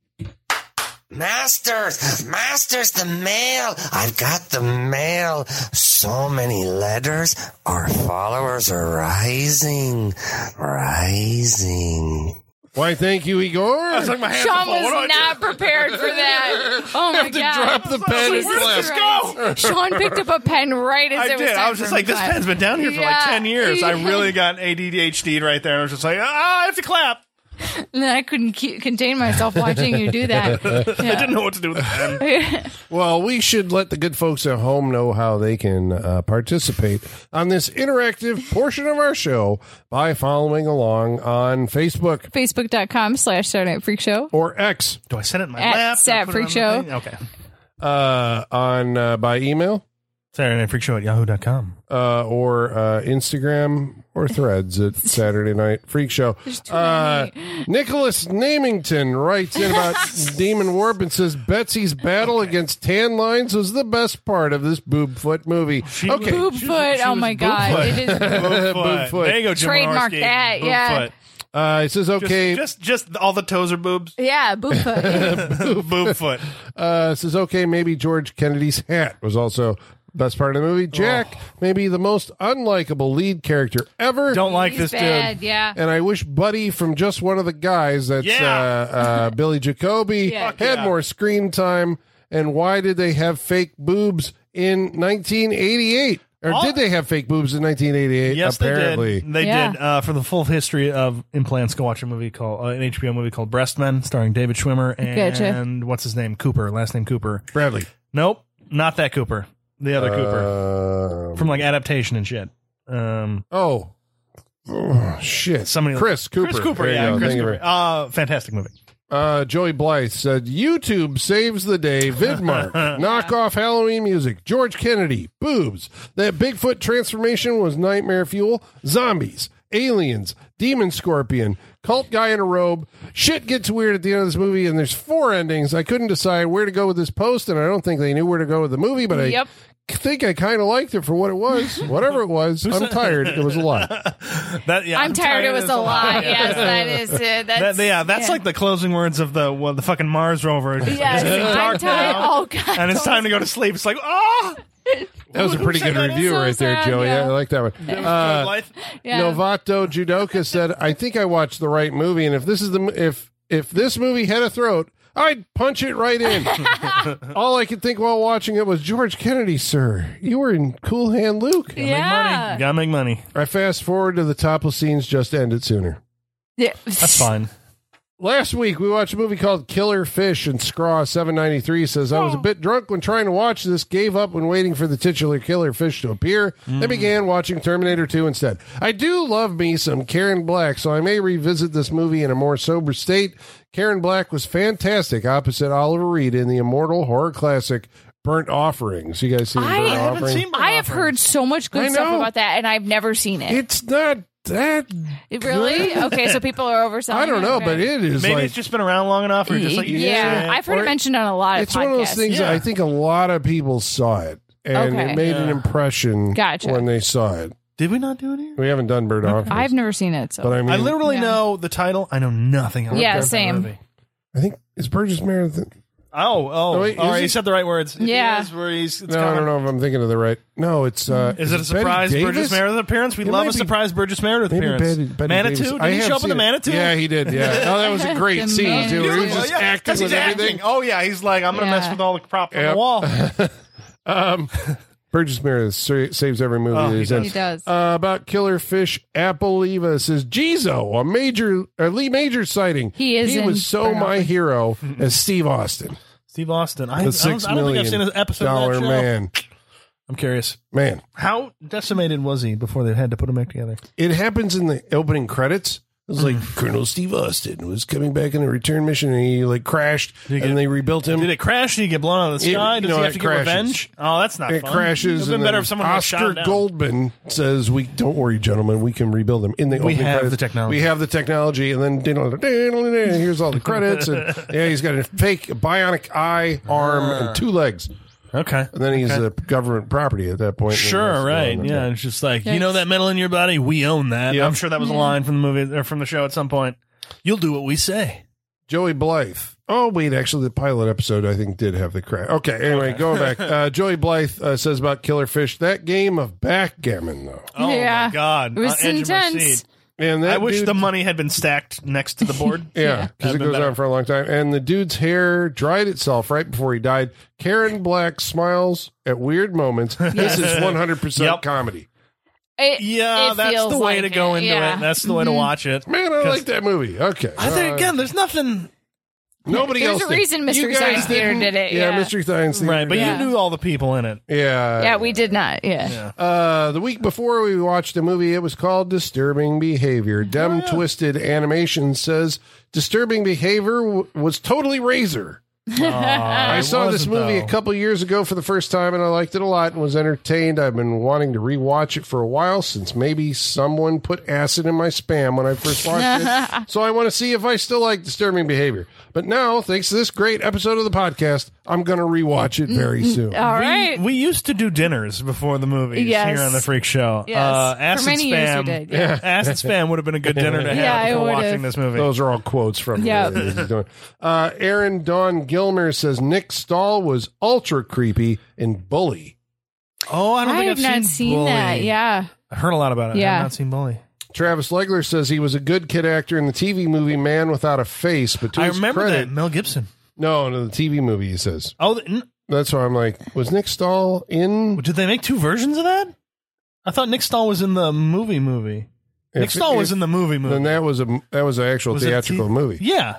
Masters, masters, the mail. I've got the mail. So many letters. Our followers are rising, rising.
Why, thank you, Igor.
It's like my hands are
Sean
full. What do I
was
do?
not prepared for that.
(laughs)
Oh my
to
god!
drop the pen
Jesus
and left.
Christ. Sean picked up a pen right as
I
it was
did.
time
I was just
for
like,
him to
this
clap.
pen's been down here for like
Yeah.
ten years.
(laughs)
I really got ADHD right there. I was just like, ah, I have to clap.
And I couldn't keep, contain myself watching you do
(laughs)
that.
I didn't know what to do with the pen.
(laughs)
Well, we should let the good folks at home know how they can uh, participate on this interactive portion of our show by following along on Facebook
Facebook.com slash Saturday Night Freak Show.
or X
Do I set it in my
At
lap? Do I
Sat
put it
Freak
on the
Show.
thing? Okay.
uh, on uh, by email
Saturday Night Freak Show at yahoo.com.
uh, or uh, Instagram or Threads at Saturday Night Freak Show. Uh, Nicholas Namington writes in about Demon Warp and says Betsy's battle against tan lines was the best part of this boob foot movie. okay,
Boob foot. Oh my God.
(laughs)
It is.
Boobfoot.
There you go, Jim
Trademark
Morarsky.
that, yeah.
Boobfoot.
Uh, he says
Just,
okay.
just, just all the toes
(laughs)
are boobs.
Yeah,
(laughs)
boob foot.
Boob foot.
uh, says, okay, maybe George Kennedy's hat was also best part of the movie. Jack, maybe the most unlikable lead character ever.
Don't like
He's
this dude.
bad. Yeah.
and I wish Buddy from just one of the guys, that's
Yeah.
uh,
(laughs)
uh, Billy Jacoby,
Yeah.
had more screen time. And why did they have fake boobs in 1988? Or
All-
did they have fake boobs in 1988?
Yes,
Apparently.
they did. They
Yeah.
did. Uh, for the full history of implants, go watch a movie called uh, an HBO movie called Breast Men, starring David Schwimmer and
Gotcha.
what's his name Cooper, last name Cooper.
Bradley.
Nope, not that Cooper. The other Cooper
Uh,
from like adaptation and shit. Um,
oh. oh, shit.
Somebody
Chris Cooper.
Chris Cooper,
There you
yeah,
go.
Chris
Thank you
Cooper.
very-
Uh, fantastic movie.
Uh, Joey Blythe said, YouTube saves the day. (laughs) Vidmark. Knock off Halloween music. George Kennedy. Boobs. That Bigfoot transformation was nightmare fuel. Zombies. Aliens. Demon Scorpion. Cult guy in a robe. Shit gets weird at the end of this movie, and there's four endings. I couldn't decide where to go with this post, and I don't think they knew where to go with the movie, but
Yep.
I think I kind of liked it for what it was. Whatever it was, I'm tired. It was a (laughs) lot.
That yeah.
I'm, tired, It was
as
a
hell.
(laughs) lot. yes, that is it. That's,
That, yeah, that's like the closing words of the well, the fucking Mars rover. It's
Yes,
getting
I'm
dark
tired.
now,
Oh god.
and it's time to go to sleep. It's like ah,
That was a pretty good review
So
right there,
sad,
Joey.
yeah.
Yeah, I like that one. Uh,
Yeah.
Novato Judoka said, "I think I watched the right movie, and if this is the m- if if this movie had a throat, I'd punch it right
(laughs)
in." All I could think while watching it was George Kennedy, sir. You were in Cool Hand Luke.
yeah.
money. Gotta make money.
I fast forward to the topless scenes. Just end it sooner.
Yeah.
That's fine.
Last week we watched a movie called Killer Fish, and Scraw seven ninety three says I was a bit drunk when trying to watch this, gave up when waiting for the titular Killer Fish to appear,
Mm.
then began watching Terminator two instead. I do love me some Karen Black, so I may revisit this movie in a more sober state. Karen Black was fantastic opposite Oliver Reed in the immortal horror classic Burnt Offerings. You guys seen
(laughs) I
Burnt
haven't
Offerings?
seen-
I have heard so much
I
good stuff
know.
about that, and I've never seen it.
it's not that.
It really? okay, so people are overselling.
I don't
it,
know,
okay.
but it is
Maybe
like
it's just been around long enough, or just like you
yeah,
said.
I've heard
Or-
it mentioned on a lot of
it's one of those
podcasts.
things that
Yeah.
I think a lot of people saw it and
Okay.
it made an
Yeah.
impression
Gotcha.
when they saw it.
Did we not do it here?
We haven't done Bird Off,
I've never seen it, so
but I mean, I,
I literally
Yeah.
know the title. I know nothing else.
Yeah,
about that
same.
movie.
think it's Burgess Marathon.
Oh, oh,
No, wait,
all
is
right.
it-
You said the right words. It
Yeah.
is where he's- it's
no, I
coming.
don't know if I'm thinking of the right. No, it's uh,
Is it a
it's Betty
surprise
Davis?
Burgess Meredith appearance? We
It
love
might be-
a surprise Burgess Meredith
Maybe
appearance.
Betty, Betty
Manitou?
Davis.
Did
I
he
have
show up in
seen
the
it.
Manitou?
Yeah, he did.
(laughs)
Yeah, oh, that was a great
The
scene too.
Manitou.
Where he
He
was just
oh, yeah, 'cause
acting
he's
with
acting.
everything.
Oh yeah, he's like, I'm gonna
Yeah.
mess with all the props on
Yep.
the (laughs) wall.
Burgess Meredith sa- saves every movie
Oh,
that
he
he's
does.
in.
he does.
uh, about Killer Fish Appaleva says Jizo, a major or Lee Major sighting.
He is
He
in
was so
Burn
my
Office.
hero as Steve Austin,
Steve Austin. I, I
the
don't, I
six
don't think I've seen
million
an episode of
dollar
that show.
man.
I'm curious.
Man,
How decimated was he before they had to put him back together?
it happens in the opening credits. It was
Mm.
like Colonel Steve Austin was coming back in a return mission, and he like crashed,
Did he
and
get-
they rebuilt him.
Did it crash? Did he get blown out of the
It-
sky?
you
Does
know,
he
it
have to
crashes.
get revenge? Oh, that's not
it
fun.
crashes.
It would
and
have been better
then
if someone got
Oscar
shot down.
Goldman says, "We don't worry, gentlemen. We can rebuild them." In the opening
have
credits,
the technology.
We have the technology, and then (laughs) here's all the credits.
(laughs)
And yeah, he's got a fake bionic eye, arm, and two legs.
Ah. Okay.
And then he's a government property at that point.
Sure, right.
And
Yeah,
that's-
it's just like, you
Yikes.
know that metal in your body? We own that.
Yeah.
I'm sure that was a line from the movie or from the show at some point. You'll do what we say.
Joey Blythe. Oh wait, actually, the pilot episode I think did have the crash. Okay, anyway, going
(laughs)
back. Uh, Joey Blythe uh, says about Killer Fish that game of backgammon though,
Oh
Yeah.
my god.
It was
On edge of my
intense.
seat.
and that
I wish
dude-
the money had been stacked next to the board. (laughs)
Yeah, because
That'd
it
been
goes
better.
on for a long time. And the dude's hair dried itself right before he died. Karen Black smiles at weird
(laughs)
moments. This is 100%
Yep.
comedy.
It-
Yeah,
it
that's
feels
the way
like
to go into
yeah.
it. That's the way to watch it.
Man, I like that movie. Okay.
Mm-hmm. I think again, there's nothing
Nobody
There's
else.
a
did.
reason Mystery
guys
Science Theater
didn't-
did it,
Yeah,
yeah.
Mystery Science Theater.
right, but
Yeah.
you knew all the people in it.
Yeah.
yeah, we did not. Yeah.
Yeah.
Uh, the week before we watched a movie, it was called Disturbing Behavior. Dumb Twisted Animation says Disturbing Behavior w- was totally Razor. I saw this movie a couple years ago for the first time, and I liked it a lot and was entertained. I've been wanting to rewatch it for a while since maybe someone put acid in my spam when I first watched it. So I want to see if I still like disturbing behavior. But now, thanks to this great episode of the podcast, I'm going to rewatch it very soon.
All
We,
right.
we used to do dinners before the movies
Yes.
here on the Freak Show.
Yes.
Uh,
For
acid
many years
spam,
we did, yeah.
(laughs) acid spam would have been a good dinner to have
(laughs) Yeah, it
before
would've.
watching this movie.
Those are all quotes from
Yeah.
yeah. uh, Aaron Dawn Gilmer says Nick Stahl was ultra creepy in Bully.
oh, I
I,
don't think
have
I've
not seen
Bully.
that. Yeah.
I heard a lot about it. I
Yeah.
have not seen Bully.
Travis Legler says he was a good kid actor in the TV movie Man Without a Face, but to
I
his
remember
credit,
that Mel Gibson.
No, no, the TV movie. He says
Oh, th- n-
that's why I'm like, was Nick Stahl in?
did they make two versions of that? I thought Nick Stahl was in the movie movie. Nick
If-
Stahl was
if-
in the movie movie.
Then that was a that was an actual
Was it
theatrical
T-
movie.
Yeah.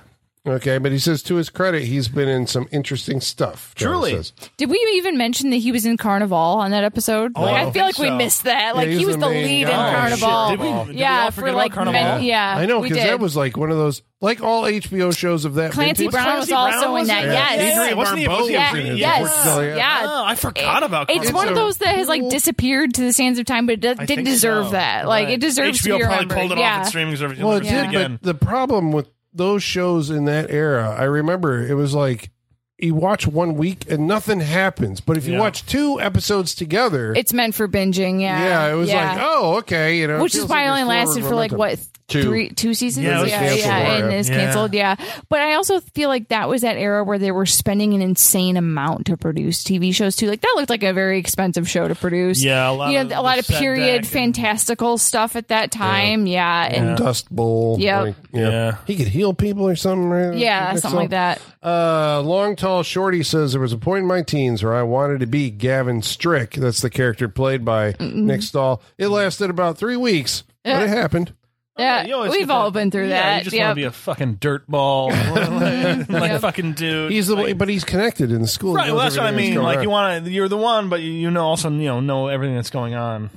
Okay, but he says to his credit, he's been in some interesting stuff. Dara
Truly.
says.
Did we even mention that he was in Carnival on that episode? like,
Oh, I
I,
don't
feel like
think
we
so.
missed that. Like
he's
he was
the
the
main guy.
lead in
Oh, shit.
Carnival.
Did we- did we
yeah,
all
for
forget
like
about Carnival?
men- yeah,
I know
we
because
did.
that was like one of those, like all HBO shows of that.
Clancy
vintage-
Brown was also in that. Yes,
Adrian
Wasn't he- was he
yeah,
Adrian
yes,
Barbeau?
yeah.
Oh, I forgot about.
It's
Carnival.
one of
a-
those that has like disappeared to the sands of time, but it does,
I
didn't
think
deserve
so.
that. Like
Right.
it deserves
HBO
to be
probably
remembered.
pulled it
yeah.
off in streaming service.
Well, it
Yeah.
did,
again.
but the problem with those shows in that era, I remember it was like you watch one week and nothing happens, but if you
Yeah.
watch two episodes together,
It's meant for binging. Yeah,
yeah, it was
Yeah.
like oh, okay, you know, it
which is
feels
why
like
it only
there's
lasted
forward
for like
momentum.
what
Two.
three two seasons
Yeah, it was
yeah,
canceled, right?
and it's
Yeah.
canceled yeah but i also feel like that was that era where they were spending an insane amount to produce tv shows too like that looked like a very expensive show to produce
Yeah, a lot
you know
of
a lot
the
of period
setback and-
fantastical stuff at that time yeah, and
Dust Bowl.
Yep.
like, yeah.
Yeah.
He could heal people or something, right?
yeah,
I think
something
so.
like that
Uh, Long Tall Shorty says there was a point in my teens where I wanted to be Gavin Strick. That's the character played by Nick Stahl. It lasted about three weeks, but it happened.
yeah,
You always
we've
get
all
that-
been through
Yeah,
that
you just
Yep.
want to be a fucking
(laughs)
dirt ball, (laughs) like, like a fucking dude.
He's the
like,
one, but he's connected in the school. He
right.
knows
Well, that's what I
everything
mean.
that's
Like
going
you
on.
want to, you're the one, but you, you know also you know know everything that's going on.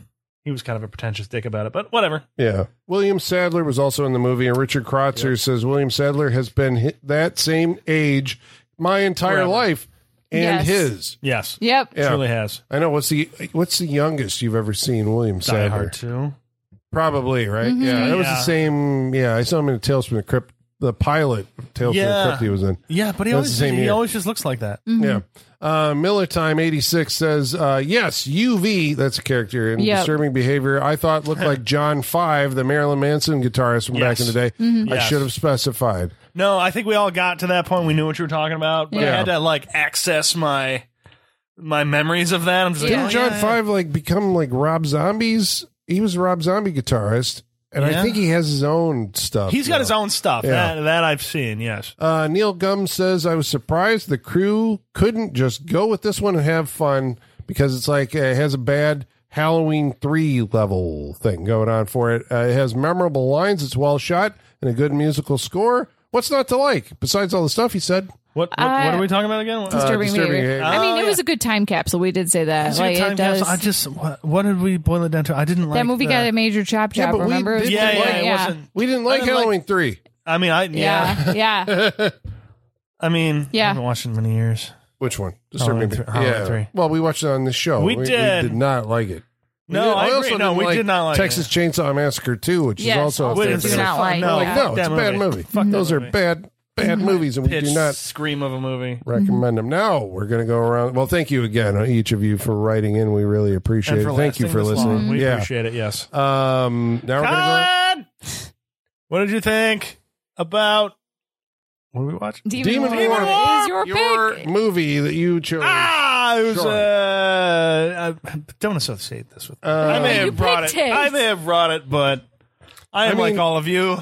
He was kind of a pretentious dick about it, but whatever.
yeah. William Sadler was also in the movie, and Richard Krotzer says William Sadler has been hit that same age my entire
Forever.
life and
Yes.
his.
Yes,
yep
Yeah.
truly has.
I know. What's the what's the youngest you've ever seen William
Die
Sadler?
Hard too.
Probably, right? Yeah, that was
Yeah.
the same. Yeah, I saw him in Tales from the Crypt, the pilot Tales from the
Yeah.
Crypt he was in.
Yeah, but he
That's
always
the same
he
year.
always just looks like that.
Yeah.
Mm-hmm.
Uh, Miller Time 86 says, uh, yes, UV, that's a character in
Yep.
disturbing behavior. I thought
(laughs)
looked like John Five, the Marilyn Manson guitarist from back
Yes. Mm-hmm.
in the day. I
Yes.
should have specified.
No, I think we all got to that point. We knew what you were talking about, but
Yeah.
I had to like access my my memories of that. I'm just
Yeah.
like, oh,
John
yeah, yeah.
Five, like, become like Rob Zombie's, he was Rob Zombie guitarist. And I
Yeah.
think he has his own stuff.
He's got his own stuff.
Yeah.
That, that I've seen. Yes.
Uh, Neil Gum says, I was surprised the crew couldn't just go with this one and have fun because it's like uh, it has a bad Halloween 3 level thing going on for it. Uh, it has memorable lines, it's well shot, and a good musical score. What's not to like besides all the stuff he said?
What what,
Uh,
what are we talking about again? What-
disturbing,
disturbing
behavior.
behavior.
i mean
Oh,
it
yeah.
was a good time capsule we did say that
It's your
like
time
it does
capsule. I just what, what did we boil it down to? I didn't like
that movie
the-
got a major chop
Yeah,
job
but we
remember It was
did
Yeah,
pretty-
yeah, it
yeah.
wasn't.
We didn't like
didn't like-
Halloween 3.
I mean, I yeah.
yeah yeah
(laughs) I mean,
Yeah.
I haven't watched it in many years.
Which one?
Halloween
Disturbing
three-
Behavior.
Halloween
yeah.
three.
Well, we watched it on the show.
We did.
did not like it. We
No,
did-
I,
also
agree. No,
didn't
we did not like
Texas
it.
Chainsaw Massacre 2, which
Yes,
is also
also
a
Wait,
Wait,
did
fantastic-
it's
not
fuck-
like-
No,
Like,
Yeah.
Oh, no, it's
that
a bad movie.
Fuck that
Those are
movie. Mm-hmm.
bad, bad movies, and we
Pitch
do not
scream of a movie.
recommend them. Now we're going to go around. Well, thank you again, uh, each of you, for writing in. We really appreciate
And
it.
for
Thank you
lasting
for
this
listening.
long, We
yeah.
appreciate it. Yes.
Um, now we're going to
Colin! What did you think about what are we watching?
Demon War
is
go
your
your
(laughs)
pick.
movie that you chose.
Ah, it was.
Sure.
Uh, I don't associate this with.
Uh,
I may
You
have brought it.
picked it.
I may have brought it, but I
I
am
mean-
like all of you.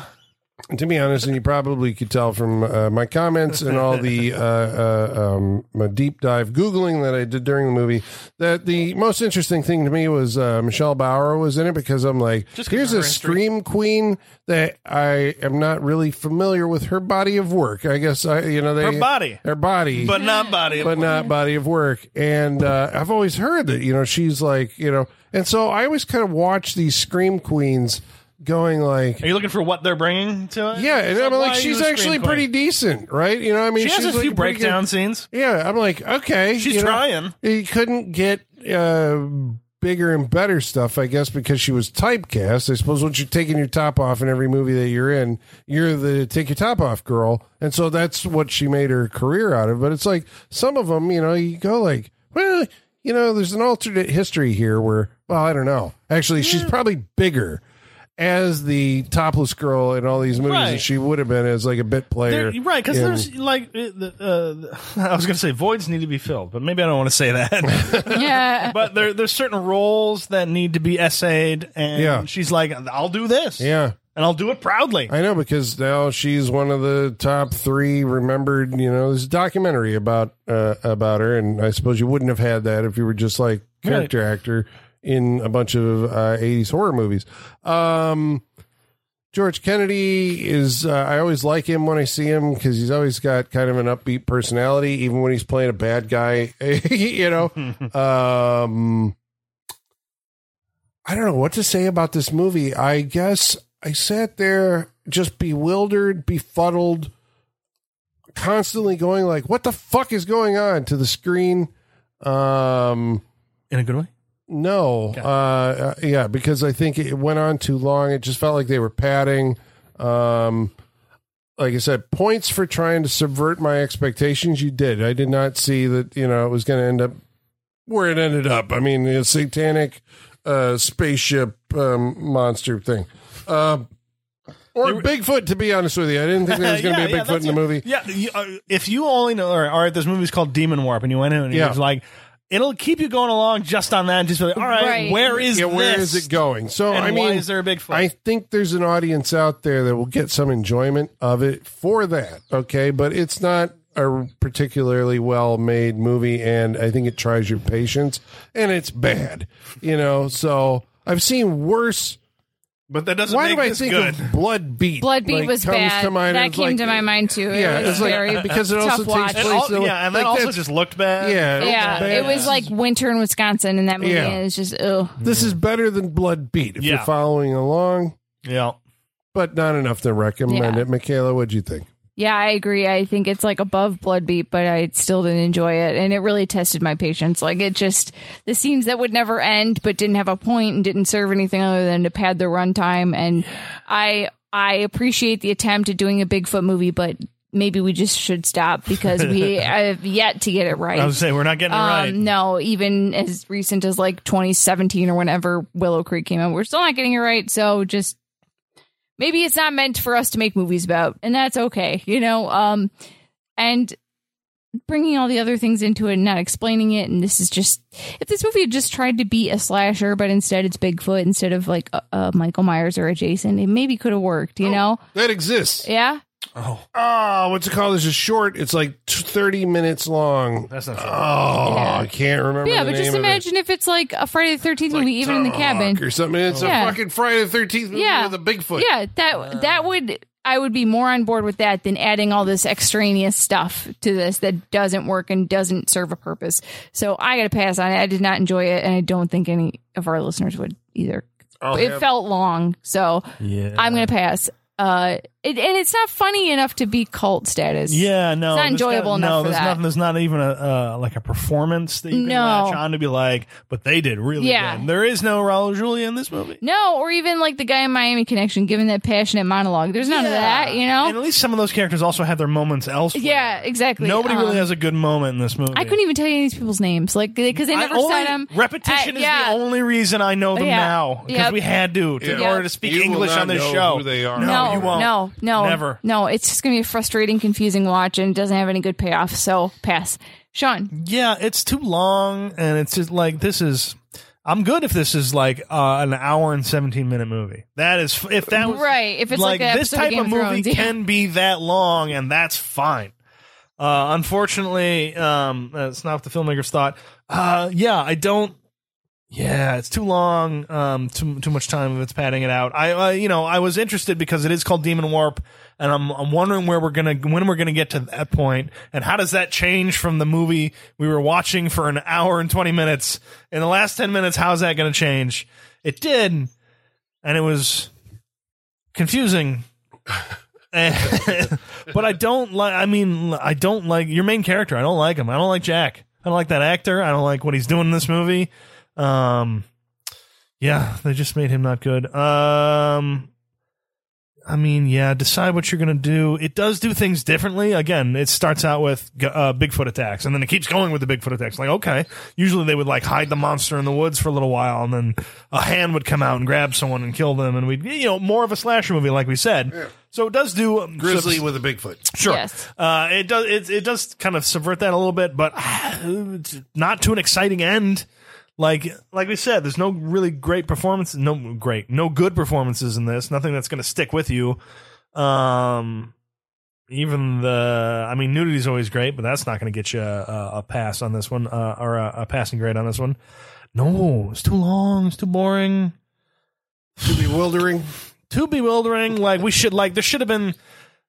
to be honest, and you probably could tell from uh, my comments and all
(laughs)
the uh, uh, um, my deep dive googling that I did during the movie, that the most interesting thing to me was uh, Michelle Bauer was in it because I'm like,
Just 'cause
here's
of her
a
history.
scream queen that I am not really familiar with her body of work. I guess I, you know, they
Her body.
her body,
But not body.
but not body of work. And uh, I've always heard that, you know, she's like, you know, and so I always kind of watch these scream queens going like,
Are you looking for what they're bringing to it?
yeah, and
So
I'm
why
like,
are you
she's
a
actually
screen queen?
pretty decent, right? You know, I mean,
She has
she's
a few
looking pretty good.
breakdown scenes.
Yeah, I'm like, okay,
She's
you know,
trying.
He couldn't get uh, bigger and better stuff, I guess, because she was typecast. I suppose once you're taking your top off in every movie that you're in, you're the take your top off girl, and so that's what she made her career out of. But it's like some of them, you know, you go like, well, you know, there's an alternate history here where, well, I don't know. Actually, she's probably bigger. As the topless girl in all these movies,
Right.
than she would have been as like a bit player,
There- right, because
in-
there's like, uh, the, uh, (laughs) I was going to say voids need to be filled, but maybe I don't want to
(laughs)
say that.
yeah.
but there, there's certain roles that need to be essayed, and
Yeah.
she's like, I'll do this,
yeah,
and I'll do it proudly.
I know because now she's one of the top three remembered. You know, there's a documentary about uh, about her, and I suppose you wouldn't have had that if you were just like character actor in a bunch of uh, '80s horror movies. Um, George Kennedy is. Uh, I always like him when I see him because he's always got kind of an upbeat personality, even when he's playing a bad guy. (laughs) you know, um, I don't know what to say about this movie. I guess I sat there just bewildered, befuddled, constantly going like, "What the fuck is going on?" to the screen. Um,
in a good way.
no, uh, uh, yeah, because I think it went on too long. It just felt like they were padding. Um, like I said, points for trying to subvert my expectations. You did. I did not see that. You know, it was going to end up where it ended up. I mean, the satanic uh, spaceship um, monster thing. Um or Bigfoot, to be honest with you, I didn't think
(laughs)
there was going to
Yeah,
be a
yeah,
Bigfoot in
that's
the
it.
movie.
Yeah, you, uh, if you only know, all right, all right, this movie's called Demon Warp, and you went in and
Yeah.
you're just like, it'll keep you going along just on that. And just be like, all right,
Right.
where is
Yeah, where
this?
is it going? So
And
I mean,
why is there a Bigfoot?
I think there's an audience out there that will get some enjoyment of it for that. Okay, but it's not a particularly well made movie, and I think it tries your patience, and it's bad. You know, so I've seen worse.
but that doesn't
Why
make
do I
this
think
good.
(laughs) of Blood Beat?
Blood Beat
Like,
was
comes
bad.
to mind
that
as,
came
like-
to my mind too.
Yeah,
it was
it's like-
very
because it
tough
also takes
watch.
place-
And all-
so,
yeah, and
like,
that also
that's-
just looked bad.
Yeah,
yeah,
bad.
it was like winter in Wisconsin in that movie.
Yeah.
And it's just oh,
this is better than Blood Beat if you're
Yeah.
following along,
yeah.
but not enough to recommend
Yeah.
it. Michaela, what'd you think?
yeah, I agree. I think it's like above Blood Beat, but I still didn't enjoy it, and it really tested my patience. Like it just the scenes that would never end, but didn't have a point and didn't serve anything other than to pad the runtime. And I I appreciate the attempt at doing a Bigfoot movie, but maybe we just should stop
(laughs)
because we have yet to get it right.
I was saying we're not getting it
Um,
right.
No, even as recent as like 2017 or whenever Willow Creek came out, we're still not getting it right. So just maybe it's not meant for us to make movies about, and that's okay, you know. Um, and bringing all the other things into it and not explaining it, and this is just if this movie had just tried to be a slasher, but instead it's Bigfoot instead of like uh, uh, Michael Myers or a Jason, it maybe could have worked,
Oh.
you know?
That exists.
Yeah.
Oh, what's it called? There's a short. It's like t- 30 minutes long.
That's not
Oh,
true.
I can't remember.
Yeah,
the
but just
name of it.
imagine if it's like a Friday the 13th movie, even in the
Dark
cabin.
or something. It's
Yeah.
a fucking Friday the 13th movie
Yeah.
with a
(laughs)
Bigfoot.
Yeah, that
Uh.
that would I would be more on board with that than adding all this extraneous stuff to this that doesn't work and doesn't serve a purpose. So I got to pass on it. I did not enjoy it, and I don't think any of our listeners would either.
I'll
it
have-
felt long, so
Oh, Yeah.
I'm gonna pass. Uh, it, and it's not funny enough to be cult status.
Yeah, no,
It's not
there's
enjoyable
no,
enough for
there's
that.
nothing. There's not even a uh, like a performance that you can
No.
latch on to be like, but they did really
Yeah.
good. There is no Raul Julia in this movie.
No, or even like the guy in Miami Connection giving that passionate monologue. There's none of that, you know.
And at least some of those characters also have their moments elsewhere.
yeah, exactly.
Nobody
Um,
really has a good moment in this movie.
I couldn't even tell you these people's names, like because they
I
never
only-
said them.
Repetition
I-
is the only reason I know them
Yeah.
now because
Yep.
we had to, to in
Yeah.
order to speak
You will
English
not
on this
know
show.
who they are.
No,
No,
you won't.
No, no,
Never.
No, it's just going to be a frustrating, confusing watch, and it doesn't have any good payoff. So pass, Sean.
Yeah, it's too long, and it's just like this is. I'm good if this is like uh, an hour and 17 minute movie. That is, if that was
Right, if it's like an
this
episode of
type
Game
of
of
movie
Thrones, yeah.
can be that long, and that's fine. Uh, unfortunately, um, uh, it's not what the filmmakers thought. Uh, yeah, I don't. Yeah, it's too long. Um, too too much time of it's padding it out. I, uh, you know, I was interested because it is called Demon Warp, and I'm I'm wondering where we're gonna when we're gonna get to that point, and how does that change from the movie we were watching for an hour and twenty minutes? In the last ten minutes, how's that gonna change? It did, and it was confusing. (laughs) And- but I don't like. I mean, I don't like your main character. I don't like him. I don't like Jack. I don't like that actor. I don't like what he's doing in this movie. Um, yeah, they just made him not good. Um, I mean, yeah, decide what you're gonna do. It does do things differently. Again, it starts out with uh, Bigfoot attacks, and then it keeps going with the Bigfoot attacks. Like, okay, usually they would like hide the monster in the woods for a little while, and then a hand would come out and grab someone and kill them, and we, would you know, more of a slasher movie, like we said. So it does do um,
Grizzly with a Bigfoot.
Sure.
Yes.
Uh, it does. It, it does kind of subvert that a little bit, but (sighs) it's not to an exciting end. Like like we said, there's no really great performances. No great, no good performances in this. Nothing that's going to stick with you. Um, even the I mean, nudity's always great, but that's not going to get you a, a, a pass on this one uh, or a, a passing grade on this one. No, it's too long. It's too boring.
Too bewildering.
too bewildering. Like we should like there should have been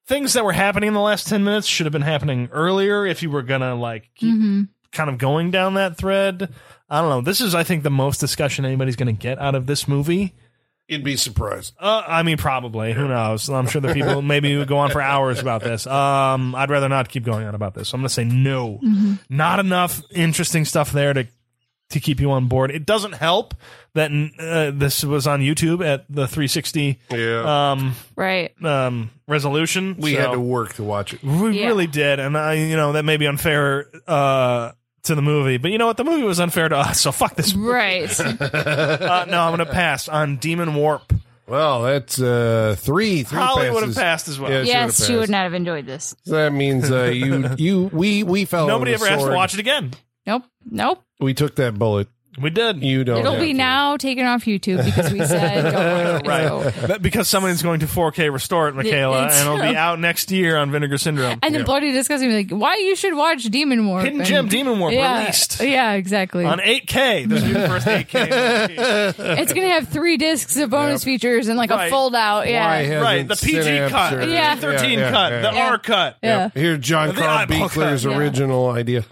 things that were happening in the last ten minutes should have been happening earlier if you were gonna like keep kind of going down that thread. I don't know. This is I think the most discussion anybody's gonna get out of this movie.
You'd be surprised.
Uh, I mean, probably. Who knows? I'm sure the people maybe would go on for hours about this. Um, I'd rather not keep going on about this. So I'm going to say no. Not enough interesting stuff there to to keep you on board. It doesn't help that uh, this was on YouTube at the 360
Yeah.
um, (laughs)
Right.
um, resolution.
Uh, we
So-
had to work to watch it.
we
Yeah.
really did, and I, you know, that may be unfair uh, to the movie, but you know what? The movie was unfair to us, (laughs) so fuck this.
Right.
Uh, no, I'm going to pass on Demon Warp.
Well, that's uh, three. three
Holly would have
passes.
passed as well.
Yeah,
yes, she
would've
would
passed.
not have enjoyed this.
So that means
(laughs)
uh, you, you, we, we fell.
Nobody
on the
ever has to
sword.
watch it again.
Nope. Nope.
We took that bullet.
We did.
You don't.
It'll
have
be
to.
now taken off YouTube because we
(laughs)
said don't watch
(laughs)
it.
right.
So-
But because someone's going to 4K restore it, Michaela,
it's-
and it'll be out next year on Vinegar Syndrome.
And then bloody discussing like why you should watch Demon War.
Hidden Gem Demon Warp
yeah,
released
Yeah, exactly.
on 8K. This will be the
(laughs)
first 8K.
(laughs)
(laughs)
it's gonna have three discs of bonus features and like
Right.
a fold out. Yeah.
Why hasn't
right, the PG
Synapse
cut,
or-
the
Yeah.
13
yeah,
cut,
yeah,
the
yeah.
R cut.
Yeah.
Here, John
The
Carl
eyeball
Beekler's
cut. Yeah.
original
(laughs)
idea.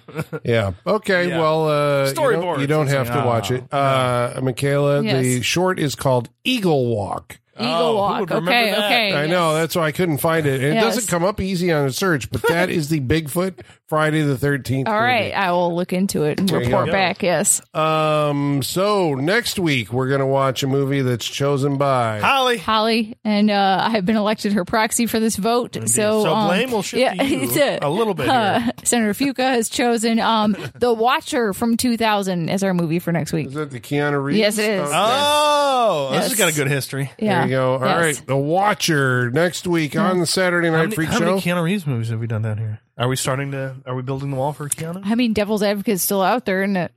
Yeah. Okay.
Yeah.
Well, uh, you don't-
Storyboards.
You don't, have to
Ah,
watch it. Uh, Michaela, the
Yes.
short is called Eagle Walk.
Eagle
Oh, who would
Walk.
remember
Okay,
that?
okay.
I
yes.
know that's why I couldn't find it. And It
Yes.
doesn't come up easy on a search, but that is the Bigfoot (laughs) Friday the Thirteenth.
All right, I will look into it and
you
report
go.
back. Yes.
Um. So next week we're gonna watch a movie that's chosen by.
Holly,
Holly and uh, I have been elected her proxy for this vote. So,
So
um,
blame will shift to you
(laughs) it's a-
a little bit
uh,
here.
Senator Fuca has chosen
(laughs)
um, The Watcher from 2000 as our movie for next week.
Is that the Keanu Reeves?
Yes, it is.
Okay.
Oh, this has
Yes.
got a good history.
Yeah.
There you go. All right,
Yes.
The Watcher next week on the Saturday
How
Night
many,
Freak
how
Show.
many Keanu Reeves movies have we done down here? Are we starting to? Are we building the wall for Keanu?
I mean, Devil's Advocate is still out there, isn't it?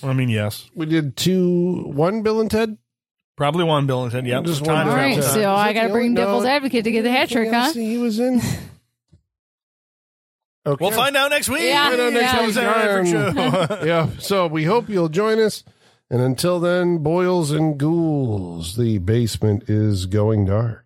I mean, yes,
we did two, one Bill and Ted.
probably one. Bill and Ted. Yeah,
Just one
time
Bill
All
and
right,
Ted.
travel.
Is
so
that
I
the
got to
only-
bring
no.
Devil's Advocate to get the hat trick, huh?
Anything else He was in. Okay.
We'll find out next week.
Yeah. Find out next Yeah.
week.
Saturday
Yeah.
(laughs) Night Freak Show.
yeah. So we hope you'll join us. And until then, boils and ghouls, the basement is going dark.